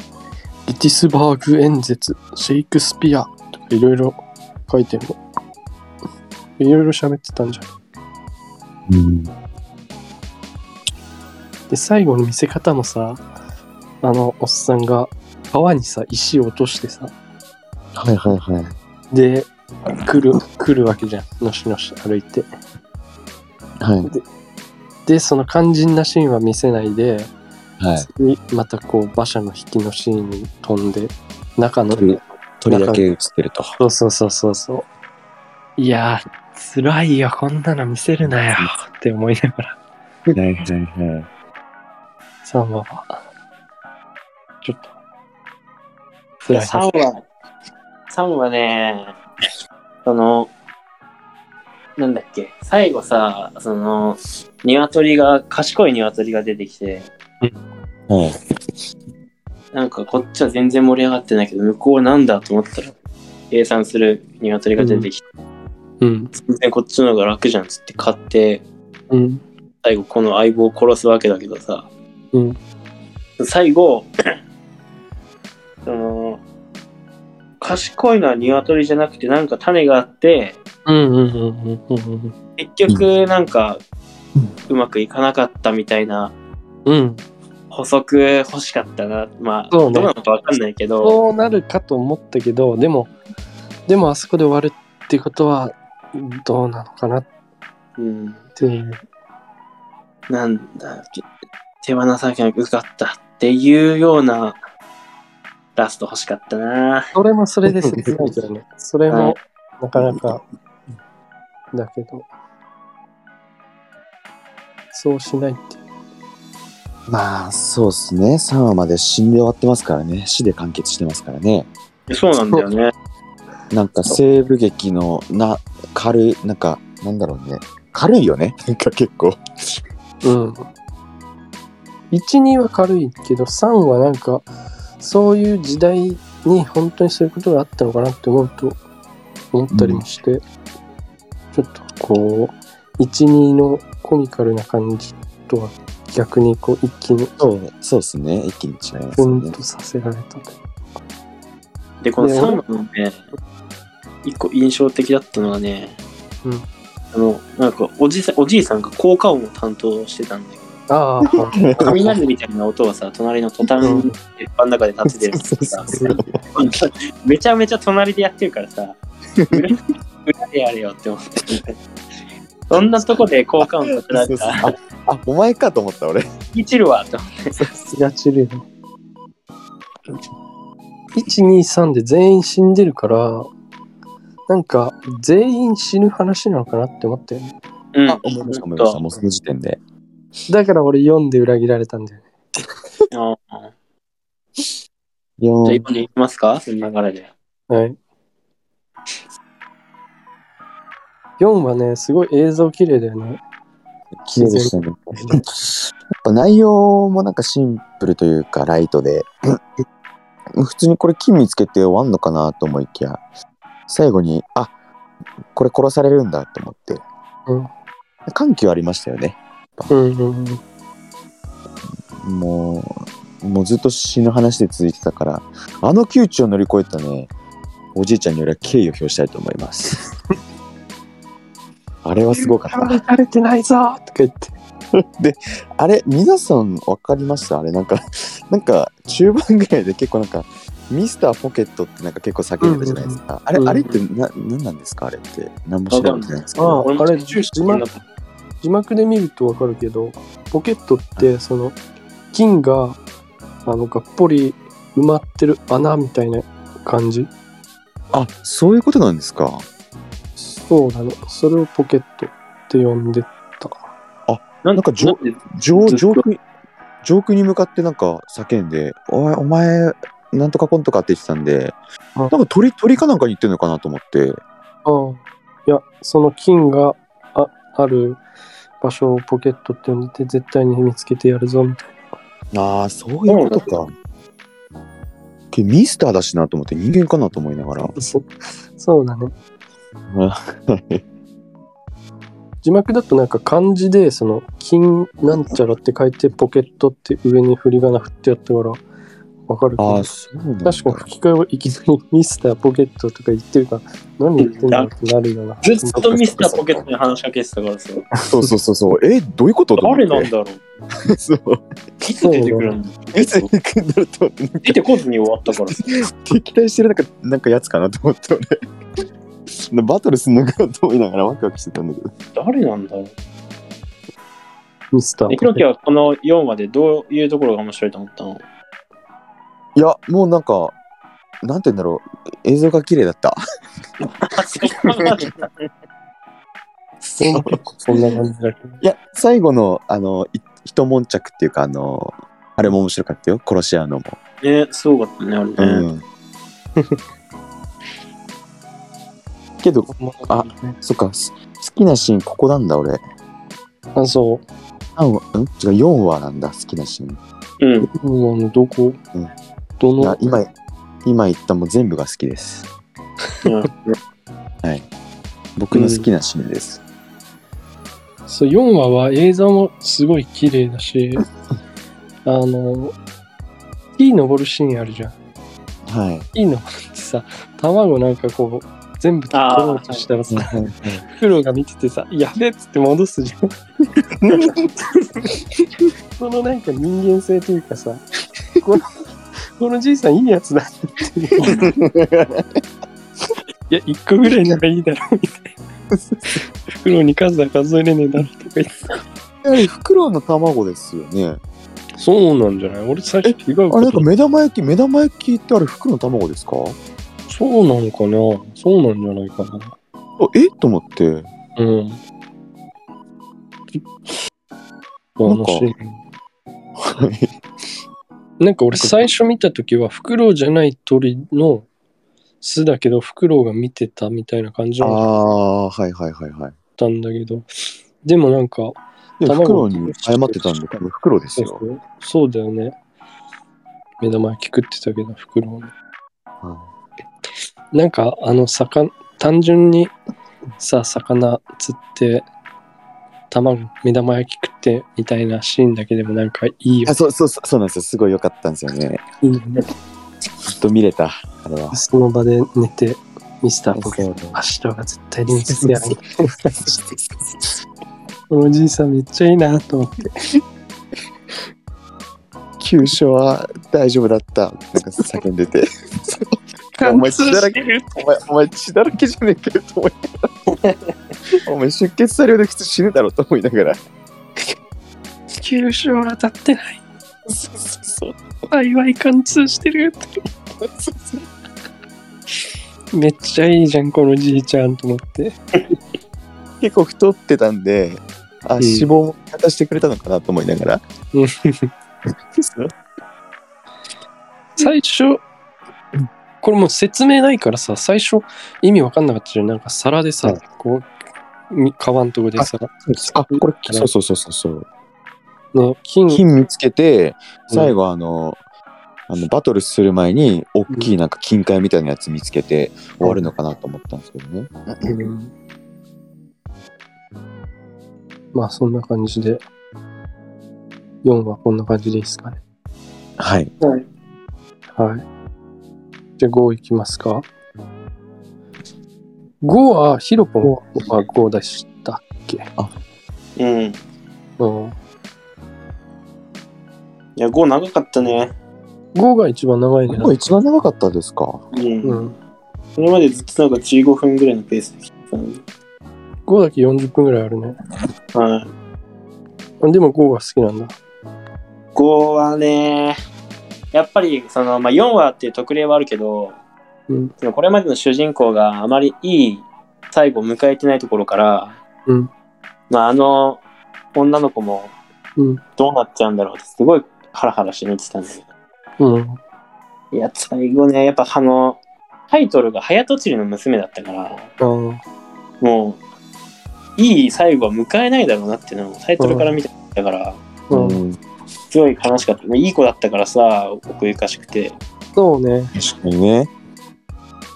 Speaker 1: ギティスバーグ演説、シェイクスピアとかいろいろ書いてるの。いろいろ喋ってたんじゃん
Speaker 3: うん。
Speaker 1: で最後の見せ方もさあのおっさんが川にさ石を落としてさ
Speaker 3: はいはいはい。
Speaker 1: で来る来るわけじゃんのしのし歩いて
Speaker 3: はい
Speaker 1: でその肝心なシーンは見せないで、
Speaker 3: はい。
Speaker 1: 次またこう馬車の引きのシーンに飛んで中の
Speaker 3: 鳥鳥だけ映ってると。
Speaker 1: そうそうそうそうそういやー辛いよこんなの見せるなよって思いながら
Speaker 3: はいはいは
Speaker 1: 3話はちょっと
Speaker 2: い
Speaker 1: 辛
Speaker 2: や
Speaker 1: い
Speaker 2: 3は、3はね、その、なんだっけ、最後さ、その、鶏が、賢い鶏が出てきて、
Speaker 3: い。はい。
Speaker 2: なんかこっちは全然盛り上がってないけど、向こうなんだと思ったら、計算する鶏が出てきて、
Speaker 1: うん
Speaker 2: 全然こっちの方が楽じゃんっつって買って、
Speaker 1: うん
Speaker 2: 最後この相棒を殺すわけだけどさ、
Speaker 1: うん
Speaker 2: 最後その賢いのは鶏じゃなくてなんか種があって
Speaker 1: うんうんうんうんうんうん
Speaker 2: 結局なんかうまくいかなかったみたいな
Speaker 1: うん、
Speaker 2: 補足欲しかったなまあ
Speaker 1: そう
Speaker 2: どう
Speaker 1: ね
Speaker 2: なのかわかんないけど
Speaker 1: そうなるかと思ったけどでもでもあそこで終わるってことはどうなのかなっ
Speaker 2: うん
Speaker 1: ていう
Speaker 2: なんだけ手放さなきゃよかったっていうようなラスト欲しかったな
Speaker 1: それもそれですねそれ
Speaker 2: は
Speaker 1: も
Speaker 2: い
Speaker 1: なかなかだけどそうしないって
Speaker 3: まあそうですね3話まで死んで終わってますからね死で完結してますからね
Speaker 2: そうなんだよね
Speaker 3: なんか西部劇のな軽いなんかなんだろうね軽いよね なんか結構
Speaker 1: うん12は軽いけど3はなんかそういう時代に本当にそういうことがあったのかなって思うと思ったりもして、ちょっとこう12のコミカルな感じとは逆にこう一気に
Speaker 3: そうそうですね。一気に違います
Speaker 1: ポ
Speaker 3: よ
Speaker 1: ン
Speaker 3: ね。
Speaker 1: とさせられたと。
Speaker 2: で、この
Speaker 1: ね
Speaker 2: 3番ね、一個印象的だったのはね、
Speaker 1: うん
Speaker 2: あの、なんかおじさん、おじいさんが効果音を担当してたんだけど、
Speaker 1: ああ、
Speaker 2: 雷みたいな音はさ、隣のトタン、
Speaker 1: うん
Speaker 2: 鉄板の中で立ててるからさ、めちゃめちゃ隣でやってるから さ、裏裏でやれよって思って。そんなとこで効果音立てられたら、
Speaker 3: ああ、お前かと思った俺。
Speaker 2: 生きるわって思っ
Speaker 1: 気が散るよね。123で全員死んでるから、なんか全員死ぬ話なのかなって思ったよね。
Speaker 2: て。うん
Speaker 3: あ、思いました思いました。もうその時点で。
Speaker 1: だから俺4で裏切られたんだよね。
Speaker 2: あー
Speaker 3: い
Speaker 2: じゃ
Speaker 3: や
Speaker 2: あ
Speaker 3: ー
Speaker 2: 今に行きますかその流れで。
Speaker 1: はい。4はね、すごい映像綺麗だよね。
Speaker 3: 綺麗でしたね。やっぱ内容もなんかシンプルというかライトで、普通にこれ金見つけて終わんのかなと思いきや、最後に、あこれ殺されるんだと思って。
Speaker 1: うん
Speaker 3: 緩急ありましたよね。
Speaker 1: うんうんうん。
Speaker 3: もう、もうずっと死ぬ話で続いてたから、あの窮地を乗り越えたね、おじいちゃんに俺は敬意を表したいと思い ます。あれはすごかった。
Speaker 1: 離れてないぞーとか言って。
Speaker 3: あれ、皆さん分かりましたあれ、なんか、 なんか、中盤ぐらいで結構なんか、ミスターポケットってなんか結構叫んでたじゃないですか。あれ、
Speaker 1: うんうん
Speaker 3: あれってな、なんなんですかあれって。何も調べてないんですけ
Speaker 1: あ
Speaker 3: ど。
Speaker 2: 俺も
Speaker 1: あれ
Speaker 2: 途中してみんなと
Speaker 1: 字幕で見るとわかるけどポケットってその金があのがっぽり埋まってる穴みたいな感じ
Speaker 3: あ、そういうことなんですか。
Speaker 1: そうだねそれをポケットって呼んで
Speaker 2: なん
Speaker 3: なんかじょ
Speaker 2: で
Speaker 3: 上、
Speaker 2: ずっと
Speaker 3: 上空に、上空に向かってなんか叫んで、おい、お前、なんとかこんとかって言ってたんで、
Speaker 1: あ
Speaker 3: なんか鳥、鳥かなんかに言ってんのかなと思って。
Speaker 1: ああいやその金があある場所をポケットって呼んでて絶対に見つけてやるぞみたい
Speaker 3: ああ、そういうことか。けどミスターだしなと思って人間かなと思いなが ら。
Speaker 1: なそそうだね
Speaker 3: あ
Speaker 1: 字幕だとなんか漢字でその金なんちゃらって書いてポケットって上に振り仮名振ってやったからわかるけど
Speaker 3: あ、そうなんだ。
Speaker 1: 確かに吹き替えはいきなりミスターポケットとか言ってるから何言ってんだろうってなるような
Speaker 2: ずっとミスターポケットに話しかけてたからさ、
Speaker 3: そうそうそうそう。え、どういうこと
Speaker 2: 誰なんだ
Speaker 3: だ
Speaker 2: ろう
Speaker 3: そう。
Speaker 2: いつ出てくるんだ
Speaker 3: 別に来んだろうと思って、
Speaker 2: 出てこずに終わったからさ。
Speaker 3: 敵対してるなんか、なんかやつかなと思って、俺。バトルすんのかと思いながらワクワクしてたんだけど。
Speaker 2: 誰なんだろう
Speaker 1: ミスター
Speaker 2: ネクロキはこの4話でどういうところが面白いと思った の
Speaker 3: いや、もうなんか、なんて言うんだろう。映像が綺麗だった。
Speaker 1: そんそんな感じだけど
Speaker 3: いや、最後の、あの、い一悶着っていうか、あの、あれも面白かったよ。殺し屋のも。
Speaker 2: ね、すごかったね、あれね。
Speaker 3: ん。けど、あそっか、す好きなシーンここなんだ、俺。
Speaker 1: あそ
Speaker 3: 三話、ん違う、4話なんだ、好きなシーン。
Speaker 2: うん。
Speaker 1: ううんあのどこ、
Speaker 3: うん
Speaker 1: ど
Speaker 3: いや
Speaker 1: の
Speaker 3: 今今言ったもう全部が好きです僕の好きなシーンです、
Speaker 1: そう4話は映像もすごい綺麗だし あの木登るシーンあるじゃん
Speaker 3: はい
Speaker 1: 木登ってさ卵なんかこう全部取ろうとしたらさ黒が見ててさ、やべっつって戻すじゃん。 そのなんか人間性というかさ、この、このじいさんいいやつだっていう。いや、一個ぐらいならいいだろ うみたいな。黒に数は数えれねえだろとか言って。
Speaker 3: やはりフクロウの卵ですよね
Speaker 1: そうなんじゃない俺最初違う
Speaker 3: あれなんか目玉焼き目玉焼きってあれフクロウの卵ですかあ
Speaker 1: そうなのかなそうなんじゃないかな。
Speaker 3: えと思って
Speaker 1: うん。
Speaker 3: なんか
Speaker 1: なんか俺最初見た時はフクロウじゃない鳥の巣だけどフクロウが見てたみたいな感じ
Speaker 3: あ
Speaker 1: だっ
Speaker 3: あはいはいはいはい
Speaker 1: たんだけどでもなんか
Speaker 3: で
Speaker 1: 卵
Speaker 3: もフクロウに謝ってたんで多分フクロウですよ
Speaker 1: そうそうだよね目玉焼き食ってたけどフクロウの
Speaker 3: は
Speaker 1: なんかあの魚単純にさ魚釣って卵、目玉焼き食ってみたいなシーンだけでもなんかいいよ
Speaker 3: あ、。そうそうそうそうなんですよ。すごい良かったんですよね。
Speaker 1: いいよね
Speaker 3: ずっと見れた、あれは。
Speaker 1: その場で寝て、ミスターポケッ
Speaker 3: そう
Speaker 1: ト。明日が絶対に見つけや ない。
Speaker 3: そ
Speaker 1: このおじいさんめっちゃいいなと思って。
Speaker 3: う急所は大丈夫だった。なんか叫んでて。お前血だらけお前、お前血だらけじゃねえかよと思いながら。お前出血多量で普通死ぬだろうと思いながら。
Speaker 1: 急所は当たってない。
Speaker 3: そうそうそう。
Speaker 1: 幸い貫通してる。 めっちゃいいじゃん、このじいちゃんと思って。
Speaker 3: 結構太ってたんで、あ、
Speaker 1: うん
Speaker 3: 脂肪を果たしてくれたのかなと思いながら。
Speaker 1: うん
Speaker 3: そう
Speaker 1: 最初、これもう説明ないからさ、最初意味わかんなかったじゃん。なんか皿でさ、
Speaker 3: はい
Speaker 1: こう、み川んとこでさ、
Speaker 3: あ、これ、そうそうそうそうそう。
Speaker 1: ね、金、
Speaker 3: 金見つけて、最後あの、あのバトルする前に、大きいなんか金塊みたいなやつ見つけて、終わるのかなと思ったんですけどね。
Speaker 1: うんまあそんな感じで、4はこんな感じでいいですかね。
Speaker 3: はい。
Speaker 1: はい。じゃあ5いきますか。5はヒロポンは5でした。
Speaker 2: うん。い
Speaker 1: うん、
Speaker 2: や、5長かったね。
Speaker 1: 5が一番長いね。
Speaker 3: これ一番長かったですか。
Speaker 2: うん。
Speaker 1: うん、
Speaker 2: それまでずっとなんか15分ぐらいのペースで来てたので。
Speaker 1: 5だけ40分ぐらいあるね。
Speaker 2: はい。
Speaker 1: あでも5が好きなんだ。
Speaker 2: 5はね、やっぱりその、まあ、4話っていう特例はあるけど、
Speaker 1: うん
Speaker 2: そのこれまでの主人公があまりいい最後を迎えてないところから、
Speaker 1: うん
Speaker 2: まあ、あの女の子も
Speaker 1: うん
Speaker 2: どうなっちゃうんだろうってすごいハラハラして見てたんだけ
Speaker 1: うん。
Speaker 2: どいや最後ねやっぱあのタイトルが「早とちりの娘」だったから
Speaker 1: あ
Speaker 2: もういい最後は迎えないだろうなっていうのをタイトルから見てたから、
Speaker 1: あ、うん。
Speaker 3: ん。
Speaker 2: すごい悲しかったいい子だったからさ奥ゆかしくて。
Speaker 1: そうね。
Speaker 3: 確かにね。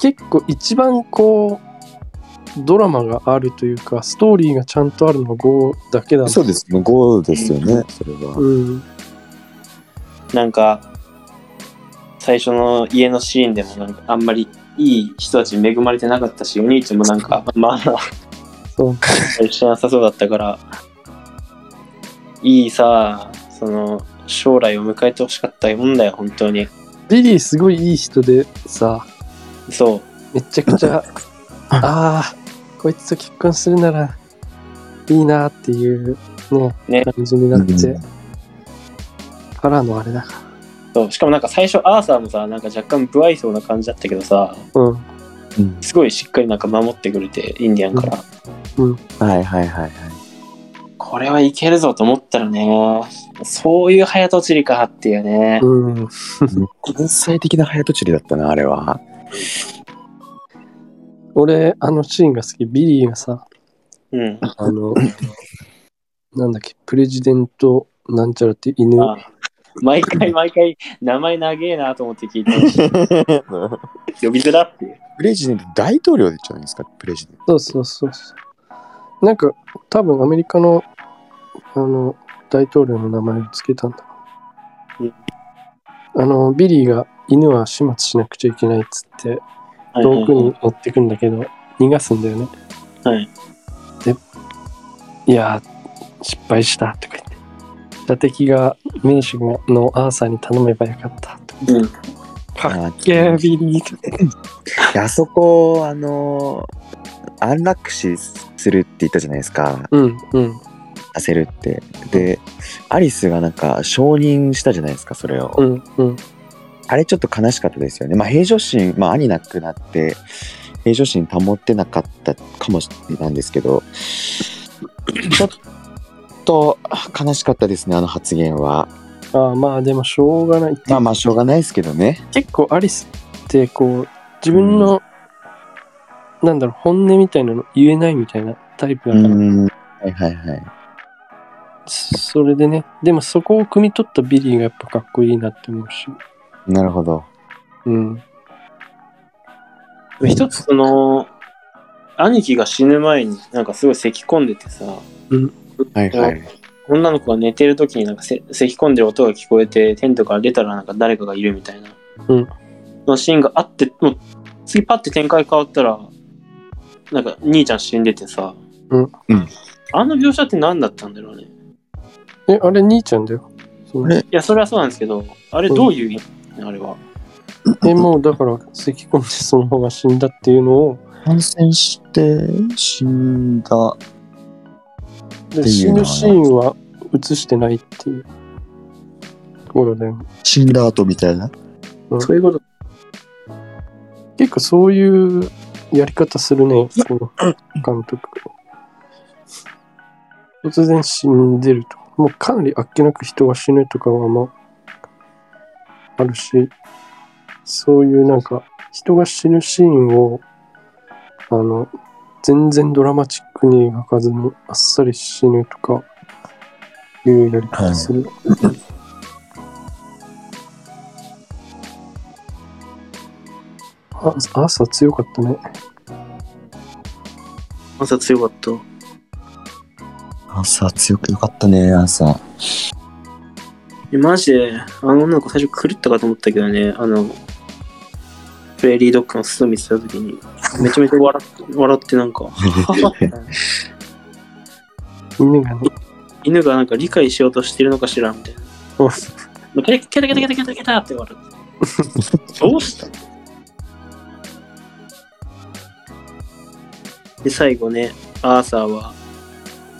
Speaker 1: 結構一番こう、ドラマがあるというか、ストーリーがちゃんとあるのが5だけだね
Speaker 3: そうですね。5ですよね。それは。
Speaker 1: うん。
Speaker 2: なんか、最初の家のシーンでもなんかあんまりいい人たちに恵まれてなかったし、お兄ちゃんもなんか、まあ、
Speaker 1: そう。
Speaker 2: 一緒なさそうだったから、いいさ、その、将来を迎えてほしかったもんだよ、本当に。
Speaker 1: リリーすごいいい人でさ、
Speaker 2: そ
Speaker 1: めちゃくちゃ、ああ、こいつと結婚するならいいなっていうね、
Speaker 2: ね
Speaker 1: 感じになって、
Speaker 3: うん
Speaker 1: からのあれだか
Speaker 2: う、そう。しかもなんか最初、アーサーもさ、なんか若干不愛想な感じだったけどさ、
Speaker 1: ら。うん。
Speaker 3: うん
Speaker 2: すごいしっかりなんか守ってくれて、インディアンから。
Speaker 3: はいはいはいはい。
Speaker 2: これはいけるぞと思ったらね、そういう早とちりかっていうね。
Speaker 1: うん。
Speaker 3: 天才的な早とちりだったな、あ れは。
Speaker 1: 俺、あのシーンが好き。ビリーがさ、
Speaker 2: うん。
Speaker 1: あの、なんだっけ、プレジデントなんちゃらって犬、
Speaker 2: あ毎回毎回名前長えなと思って聞いて
Speaker 3: プ
Speaker 2: 呼びづらっていう
Speaker 3: レジデント大統領じゃないですか、プレジデント。
Speaker 1: そうそうそうそう。なんか、多分アメリカの、あの、大統領の名前をつけたんだ
Speaker 2: うん。
Speaker 1: あの、ビリーが犬は始末しなくちゃいけないっつって、
Speaker 2: はいはい
Speaker 1: 遠くに持ってくんだけど、逃がすんだよね。
Speaker 2: はい
Speaker 1: で、いやー、失敗したとか言って。射的が名手のアーサーに頼めばよかったとか。
Speaker 2: うん
Speaker 1: かっけー、ビリーとか。
Speaker 3: あそこ、あのー、安楽死するって言ったじゃないですか、
Speaker 1: うんうん
Speaker 3: 焦るって。で、アリスがなんか承認したじゃないですか、それを。
Speaker 1: うんうん
Speaker 3: あれちょっと悲しかったですよね。まあ、平常心、まあ、兄なくなって、平常心保ってなかったかもしれないんですけど、ちょっと悲しかったですね、あの発言は。
Speaker 1: ああまあでもしょうがないって
Speaker 3: まあまあ、しょうがないですけどね。
Speaker 1: 結構アリスってこう自分の、なんだろう本音みたいなの言えないみたいなタイプ
Speaker 3: う
Speaker 1: だから、
Speaker 3: ん。はいはいはい。
Speaker 1: それでねでもそこを汲み取ったビリーがやっぱかっこいいなって思うし
Speaker 3: なるほど。
Speaker 1: うん
Speaker 2: 一つその兄貴が死ぬ前になんかすごい咳き込んでてさ、
Speaker 1: うん
Speaker 5: はいはい。
Speaker 2: 女の子が寝てる時になんかせ咳込んでる音が聞こえてテントから出たらなんか誰かがいるみたいな、
Speaker 1: うん
Speaker 2: そのシーンがあってもう次パッて展開変わったらなんか兄ちゃん死んでてさ、
Speaker 1: うん
Speaker 3: うん
Speaker 2: あの描写って何だったんだろうねい
Speaker 1: え、あれ兄ちゃんだよ。その
Speaker 3: え
Speaker 2: やそれはそうなんですけどあれどういう意味、あれは
Speaker 1: え、もうだから、咳込んでそのまま死んだっていうのを、
Speaker 3: 感染して死んだ。
Speaker 1: で
Speaker 3: ってい
Speaker 1: 死
Speaker 3: うのは
Speaker 1: ぬ
Speaker 3: ね
Speaker 1: シーンは映してないっていうところで、
Speaker 3: 死んだ後みたいな。
Speaker 1: うん
Speaker 2: そういうこと
Speaker 1: 結構そういうやり方するね、この監督。突然死んでると。もうかなりあっけなく人が死ぬとかはまあ、あるし、そういうなんか、人が死ぬシーンを、あの、全然ドラマチックに描かずにあっさり死ぬとか、いうやり方する。あ朝強かったね。
Speaker 2: 朝強かった
Speaker 3: 朝強くよかったね、 朝。
Speaker 2: えマジであの女の子最初狂ったかと思ったけどねあのプレーリードッグの巣を見せた時にめちゃめちゃ笑って 笑ってなんか
Speaker 1: 犬がね、
Speaker 2: 犬がなんか理解しようとしてるのかしらみたいな。
Speaker 1: うん
Speaker 2: ケタケタケタケタケタケタって笑って。どうしたので、最後ね、アーサーは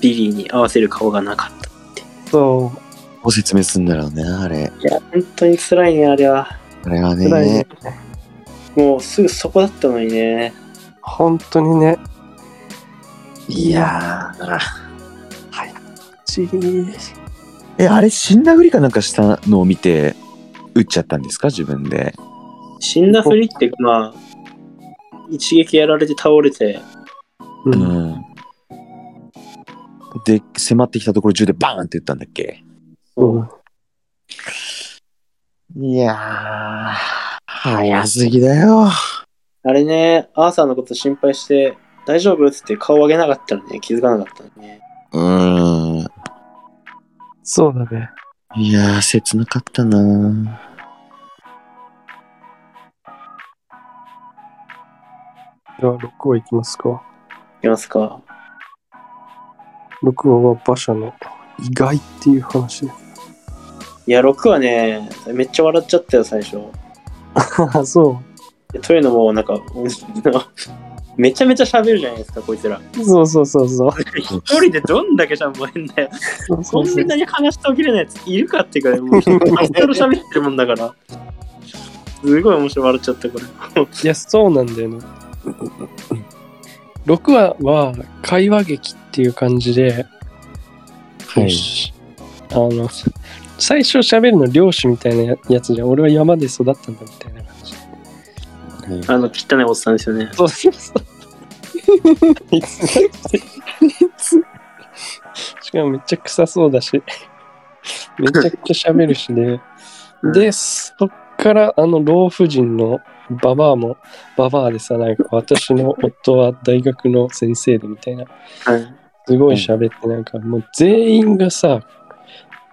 Speaker 2: ビリーに合わせる顔がなかった。
Speaker 1: そう、
Speaker 3: どう説明すんだろうね、あれ。
Speaker 2: いや、本当に辛いね、あれは。
Speaker 3: あれは
Speaker 1: 辛い
Speaker 3: ね
Speaker 1: ね。
Speaker 2: もうすぐそこだったのにね。
Speaker 1: 本当にね、
Speaker 3: いや
Speaker 1: ちぎ
Speaker 3: ー。え、あれ死んだふりかなんかしたのを見て、撃っちゃったんですか自分で。
Speaker 2: 死んだふりっていうか、まあ、一撃やられて倒れて、
Speaker 1: う、
Speaker 3: うんん。で、迫ってきたところ銃でバーンって撃ったんだっけ
Speaker 1: そう
Speaker 3: いやー、早すぎだよ。
Speaker 2: あれね、アーサーのこと心配して、大丈夫っつって顔を上げなかったらね、気づかなかったのね。
Speaker 3: うーん。
Speaker 1: そうだね。
Speaker 3: いやー、切なかったな
Speaker 1: では、6話いきますか。
Speaker 2: いきますか。
Speaker 1: 6話は馬車の意外っていう話で
Speaker 2: いや、6はね、めっちゃ笑っちゃったよ、最初。
Speaker 1: す。そ
Speaker 2: というのも、なんか、 めちゃめちゃ喋るじゃないですか、こいつら。
Speaker 1: う、そうそうそうそう。
Speaker 2: 一人でどんだけ喋んだよ。
Speaker 1: そうそ
Speaker 2: こ
Speaker 1: うそ
Speaker 2: ん
Speaker 1: う
Speaker 2: なに話し途切れないやついるかってくらい、もう、ずっと喋ってるもんだから。すごい面白い笑っちゃった、これ。
Speaker 1: いや、そうなんだよね。6話は会話劇っていう感じで、
Speaker 3: はい
Speaker 1: あの、最初喋るの漁師みたいなやつじゃん。俺は山で育ったんだみたいな感じ。
Speaker 2: あの、汚いおっさんですよね。
Speaker 1: そうそうそう。いつしかもめっちゃ臭そうだし、めちゃくちゃ喋るしね。で、そっからあの老婦人のババアも、ババアでさ、なんか私の夫は大学の先生でみたいな、
Speaker 2: はい。
Speaker 1: すごい喋って、なんかもう全員がさ、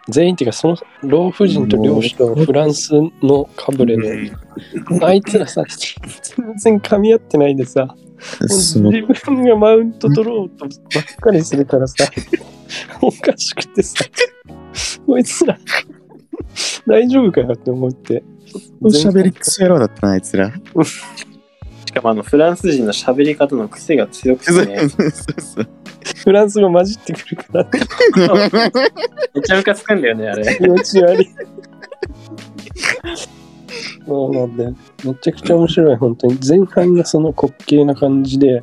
Speaker 1: 全員っていうかその老婦人と漁師とフランスのカブレで、あいつらさ、全然噛み合ってないでさ、
Speaker 3: ぁ。その、
Speaker 1: 自分がマウント取ろうとばっかりするからさ、おかしくてさ、こいつら、大丈夫かよって思って。
Speaker 3: 喋りクソ野郎だったな、あいつら。
Speaker 2: しかも、あの、フランス人の喋り方の癖が強くて ね、
Speaker 1: フランス語混じってくるから、
Speaker 2: めちゃめちゃつくんだよね、あれ。
Speaker 1: 気持ち悪い。そうなんだよ。めちゃくちゃ面白い、本当に。前半がその滑稽な感じで、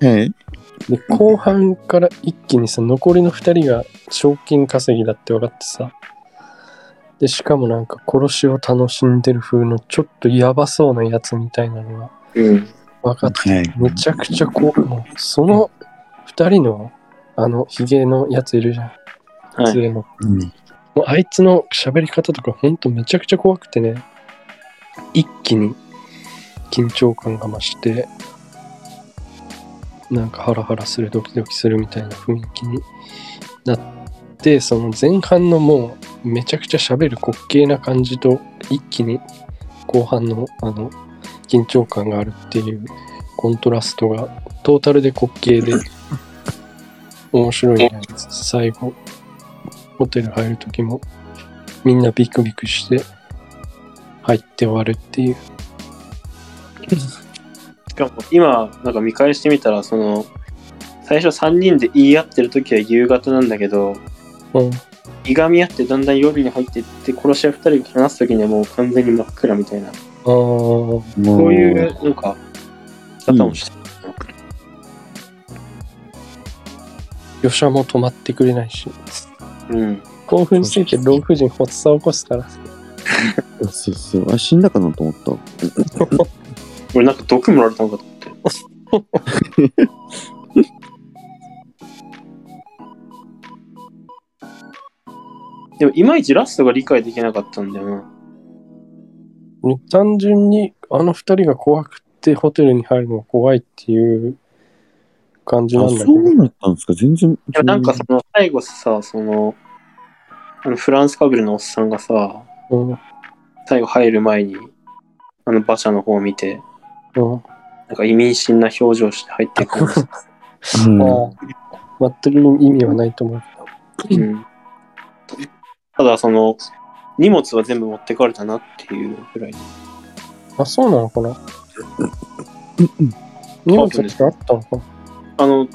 Speaker 3: はい。
Speaker 1: で後半から一気にさ残りの2人が賞金稼ぎだって分かってさでしかもなんか殺しを楽しんでる風のちょっとやばそうなやつみたいなのが
Speaker 2: うん。
Speaker 1: 分かって
Speaker 3: はい。
Speaker 1: めちゃくちゃこうもうその2人のあのヒゲのやついるじゃん
Speaker 2: は
Speaker 1: 杖
Speaker 2: い。
Speaker 1: のもうあいつの喋り方とかほんとめちゃくちゃ怖くてね一気に緊張感が増してなんかハラハラするドキドキするみたいな雰囲気になってその前半のもうめちゃくちゃ喋る滑稽な感じと一気に後半のあの緊張感があるっていうコントラストがトータルで滑稽で面白いね最後ホテル入る時もみんなビクビクして入って終わるっていう
Speaker 2: しかも今なんか見返してみたらその最初3人で言い合ってる時は夕方なんだけど
Speaker 1: うん
Speaker 2: いがみ合ってだんだん夜に入っていって殺し屋2人が話す時にはもう完全に真っ暗みたいな
Speaker 1: あー
Speaker 2: そ
Speaker 3: そう
Speaker 2: いう、なんか方もして
Speaker 1: 余車も止まってくれないし
Speaker 2: うん、
Speaker 1: 興奮してきて老婦人発作起こすから
Speaker 3: そうそう。あ、死んだかなと思った。
Speaker 2: 俺なんか毒もられたのかと思ってでもいまいちラストが理解できなかったんだよな
Speaker 1: 単純にあの二人が怖くてホテルに入るのが怖いっていう感じなん
Speaker 3: あ、
Speaker 1: だけ
Speaker 3: そ
Speaker 1: ど
Speaker 3: うなったんですか全然。
Speaker 2: でもなんかその最後さそのあのフランスかぶれのおっさんがさ
Speaker 1: うんうん
Speaker 2: 最後入る前にあの馬車の方を見て
Speaker 1: あ
Speaker 2: なんか意味深な表情して入っていくんですよ、
Speaker 3: うん
Speaker 1: ー全く意味はないと思う
Speaker 2: うん、ただその荷物は全部持ってかれたなっていうぐらい
Speaker 1: あそうなのかな荷物ってあったのかな
Speaker 2: あの、ば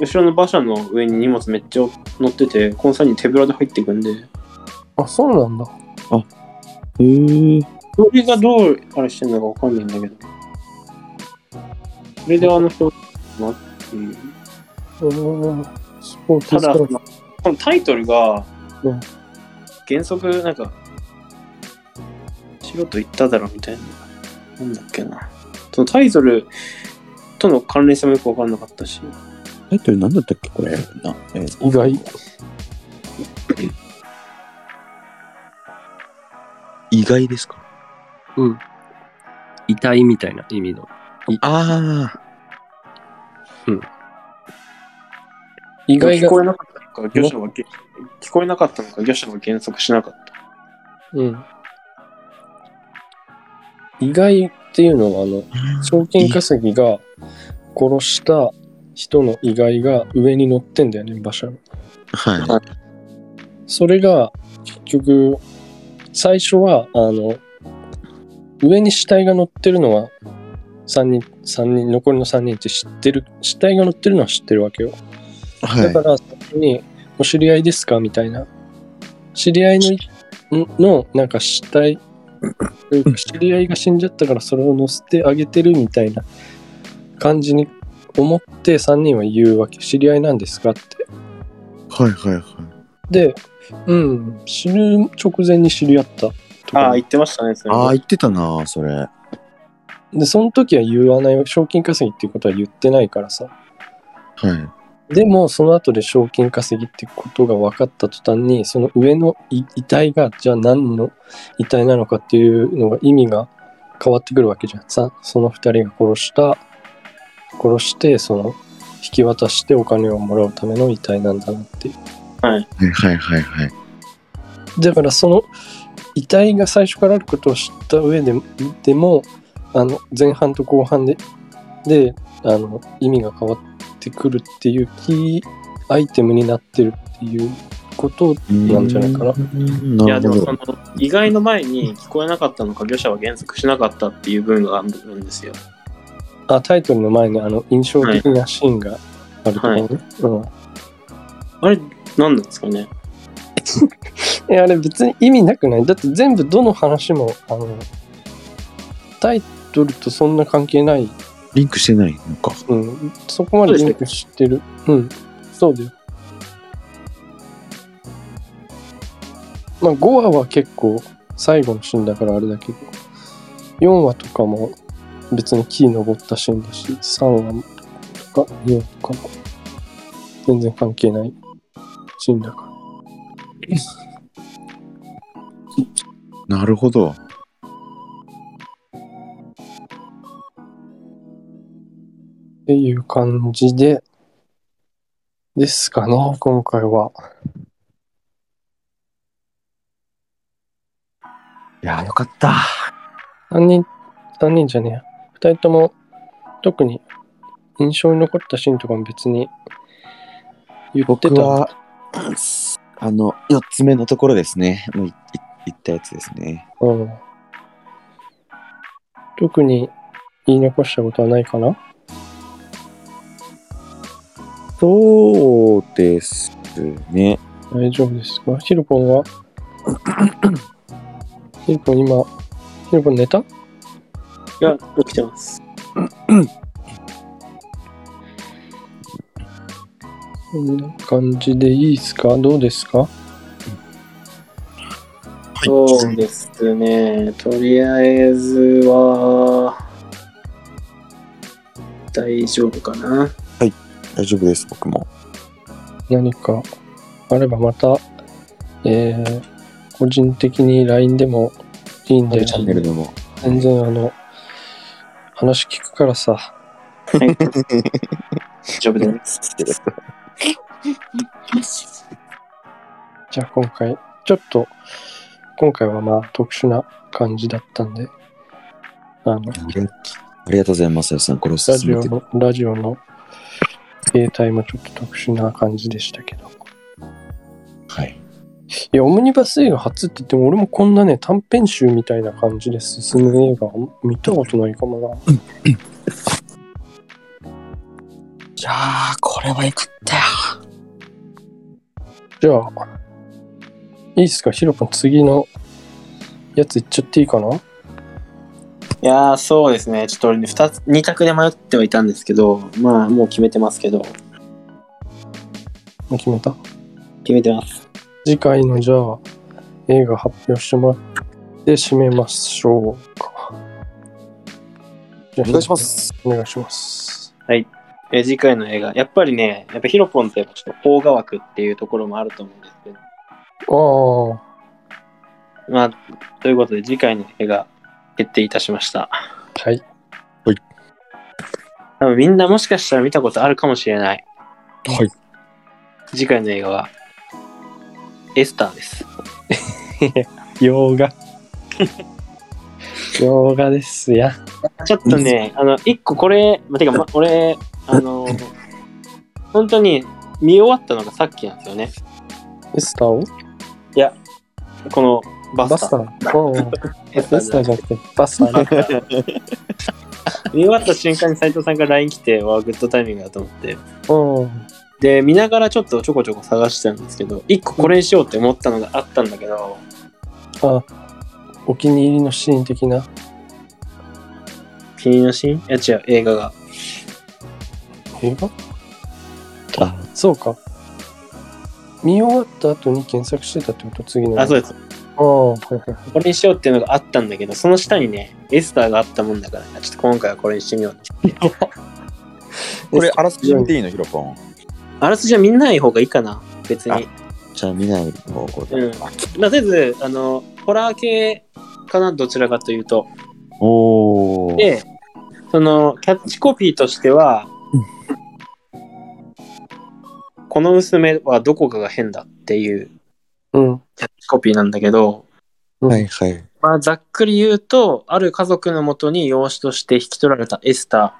Speaker 2: 後ろの馬車の上に荷物めっちゃ乗ってて、この際に手ぶらで入っていくんで、
Speaker 1: あそうなんだ
Speaker 3: へえ。
Speaker 2: それがどうあれしてるのかわかんないんだけど。それであの人なっていう。
Speaker 1: うーんスポーツ
Speaker 2: ただ、
Speaker 1: ク
Speaker 2: このタイトルが
Speaker 1: うん、
Speaker 2: 原則なんか、しろと言っただろみたいな。なんだっけな。そのタイトルとの関連性もよくわかんなかったし。
Speaker 3: タイトル何だったっけこれ。な、えー
Speaker 1: 意外
Speaker 3: 意外ですか
Speaker 5: 痛いみたいな意味の。
Speaker 3: あ
Speaker 1: 意外
Speaker 2: 聞
Speaker 1: が
Speaker 2: こえなかったのか、魚者はげ聞こえなかったのか、魚者は減速しなかった。
Speaker 1: うん意外っていうのはあの
Speaker 3: あ。
Speaker 1: 賞金稼ぎが殺した人の意外が上に乗ってんだよね馬車の
Speaker 3: は
Speaker 1: それが結局最初はあの上に死体が乗ってるのは3人三人残りの3人って知ってる死体が乗ってるのは知ってるわけよ
Speaker 3: い。は
Speaker 1: だ
Speaker 3: い
Speaker 1: か。ら、そこに、お知り合いですかみたいな。知り合いの、んの、なんか死体、知り合いが死んじゃったからそれを乗せてあげてるみたいな感じに思って3人は言うわけ。知り合いなんですかって。
Speaker 3: はいはいはい。
Speaker 1: で、うん、死ぬ直前に知り合ったと
Speaker 2: ああ、
Speaker 1: か。
Speaker 2: 言ってましたね、それ
Speaker 3: ああ、言ってたな、それ。
Speaker 1: で、その時は言わないよ。賞金稼ぎっていうことは言ってないからさ。
Speaker 3: はい。
Speaker 1: でもその後で賞金稼ぎってことが分かった途端にその上のい遺体がじゃあ何の遺体なのかっていうのが意味が変わってくるわけじゃんさその2人が殺した殺してその引き渡してお金をもらうための遺体なんだなっていう
Speaker 3: はいはいはいはい。
Speaker 1: だからその遺体が最初からあることを知った上ででもあの前半と後半でであの意味が変わってくるっていうキーアイテムになってるっていうことなんじゃないかな
Speaker 3: うん
Speaker 2: い
Speaker 3: な
Speaker 2: や、で
Speaker 3: るほ
Speaker 2: も
Speaker 3: ど
Speaker 2: そ。の、意外の前に聞こえなかったのか、魚者は減速しなかったっていう文があるんですよ。
Speaker 1: あタイトルの前にあの印象的なシーンがあるところね、うん
Speaker 2: あれ、何なんですかね。
Speaker 1: えあれ別に意味なくないだって全部どの話もあのタイトルとそんな関係ない、
Speaker 3: リンクしてないのか。
Speaker 1: うん、そこまでリンクしてるうんそうだよまあ5話は結構最後のシーンだからあれだけど4話とかも別に木登ったシーンだし3話とか4話とかも全然関係ないシーンだから
Speaker 3: なるほど。
Speaker 1: っていう感じで、ですかね、今回は。
Speaker 3: いやー、よかった。
Speaker 1: 3人、三人じゃねえや。2人とも、特に印象に残ったシーンとかも別に言って
Speaker 3: 僕
Speaker 1: た。は
Speaker 3: は、あの、4つ目のところですね。もういい言ったやつですね。
Speaker 1: うん、特に言い残したことはないかな
Speaker 3: そうですね。
Speaker 1: 大丈夫ですかヒルポンはヒルポン今、ヒルポン寝た
Speaker 2: いや、起きてます。
Speaker 1: こんな感じでいいですかどうですか
Speaker 2: そうですね。とりあえずは、大丈夫かな。
Speaker 3: 大丈夫です、僕も。
Speaker 1: 何かあればまた、えー個人的に LINE でもいいんで、
Speaker 3: チャンネルでも。
Speaker 1: 全然あの、話聞くからさ。
Speaker 2: 大丈夫です。
Speaker 1: じゃあ今回、ちょっと、今回はまあ特殊な感じだったんで、あの、
Speaker 3: ありがありがとうございます、やすさん。これを
Speaker 1: ラジ
Speaker 3: 進め
Speaker 1: オ
Speaker 3: て。
Speaker 1: の、ラジオの携帯もちょっと特殊な感じでしたけど。
Speaker 3: はい。
Speaker 1: いや、オムニバス映画初って言っても、俺もこんなね、短編集みたいな感じで進む映画見たことないかもな。
Speaker 3: じゃあ、これはよかったよ。
Speaker 1: じゃあ、いいっすか、ヒロ君、次のやついっちゃっていいかない
Speaker 2: やー、そうですね。ちょっと俺ね、二つ、二択で迷ってはいたんですけど、まあ、もう決めてますけど、
Speaker 1: もう決めた
Speaker 2: 決めてます。
Speaker 1: 次回の、じゃあ、映画発表してもらって締めましょうか。お
Speaker 3: お願いしま。す。
Speaker 1: お願いします。
Speaker 2: えー次回の映画、やっぱりね、やっぱヒロポンってやっぱちょっと邦画枠っていうところもあると思うんですけど、
Speaker 1: ああ。
Speaker 2: まあ、ということで次回の映画決定いたしました。
Speaker 1: はい。
Speaker 2: 多分みんなもしかしたら見たことあるかもしれない。
Speaker 3: はい。
Speaker 2: 次回の映画は、エスターです。
Speaker 1: 洋 画。洋画ですや。
Speaker 2: ちょっとね、あの、一個これ、まあ、てか、ま、俺、あの、本当に見終わったのがさっきなんですよね。
Speaker 1: エスターを
Speaker 2: このバ
Speaker 1: バ
Speaker 2: ス
Speaker 1: ス
Speaker 2: タ
Speaker 1: タ。ー。おう
Speaker 2: エ
Speaker 1: エスターじゃなくて、 バスターね。
Speaker 2: 見終わった瞬間に斉藤さんから LINE 来て、わあ、グッドタイミングだと思って。
Speaker 1: うん。
Speaker 2: で、見ながらちょっとちょこちょこ探してたんですけど、一個これにしようって思ったのがあったんだけど、
Speaker 1: あ、お気に入りのシーン的な。
Speaker 2: 君のシーンいや違う、映画が。
Speaker 1: 映画
Speaker 3: あ
Speaker 1: そうか。見終わった後に検索してたってこと次の。
Speaker 2: あ、そう
Speaker 1: う
Speaker 2: です。
Speaker 1: ああ。
Speaker 2: これにしようっていうのがあったんだけど、その下にね、エスターがあったもんだから、ちょっと今回はこれにしてみようって。
Speaker 3: これ、あらすじ見ていいの、ヒロポン。
Speaker 2: あらすじは見ない方がいいかな、別に。
Speaker 3: じゃあ、見ない方向で。
Speaker 2: うんまあ、とりあえず、あの、ホラー系かな、どちらかというと。
Speaker 3: おー。
Speaker 2: で、その、キャッチコピーとしては、この娘はどこかが変だっていう
Speaker 1: うん。
Speaker 2: キャッチコピーなんだけど、
Speaker 3: はいはい。
Speaker 2: まあ、ざっくり言うと、ある家族のもとに養子として引き取られたエスタ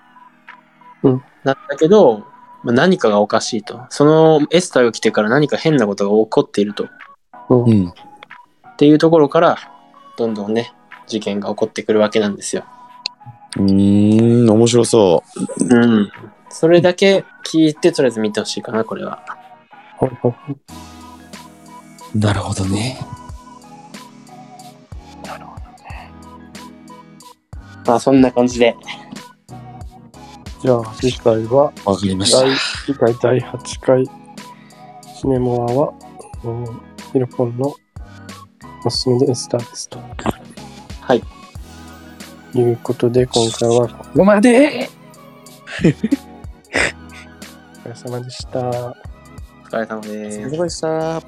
Speaker 2: ー
Speaker 1: うん
Speaker 2: なんだけど、まあ、何かがおかしいと。そのエスターが来てから何か変なことが起こっていると。
Speaker 1: うん。
Speaker 3: うん。
Speaker 2: っていうところから、どんどんね、事件が起こってくるわけなんですよ。
Speaker 3: うーん、面白そ。
Speaker 2: うん。それだけ聞いて、とりあえず見てほしいかな、これは。
Speaker 1: ほいほいほいう
Speaker 3: なるほどね。
Speaker 2: まあ、そんな感じで。
Speaker 1: じゃあ次回は
Speaker 3: わかりました。
Speaker 1: 第次回第8回シネモアは、うん、ヒロポンのおすすめでエスターですと。
Speaker 2: はい。
Speaker 1: いうことで、今回はここまでお疲れ様でした。
Speaker 2: お疲れ様です。
Speaker 3: でした。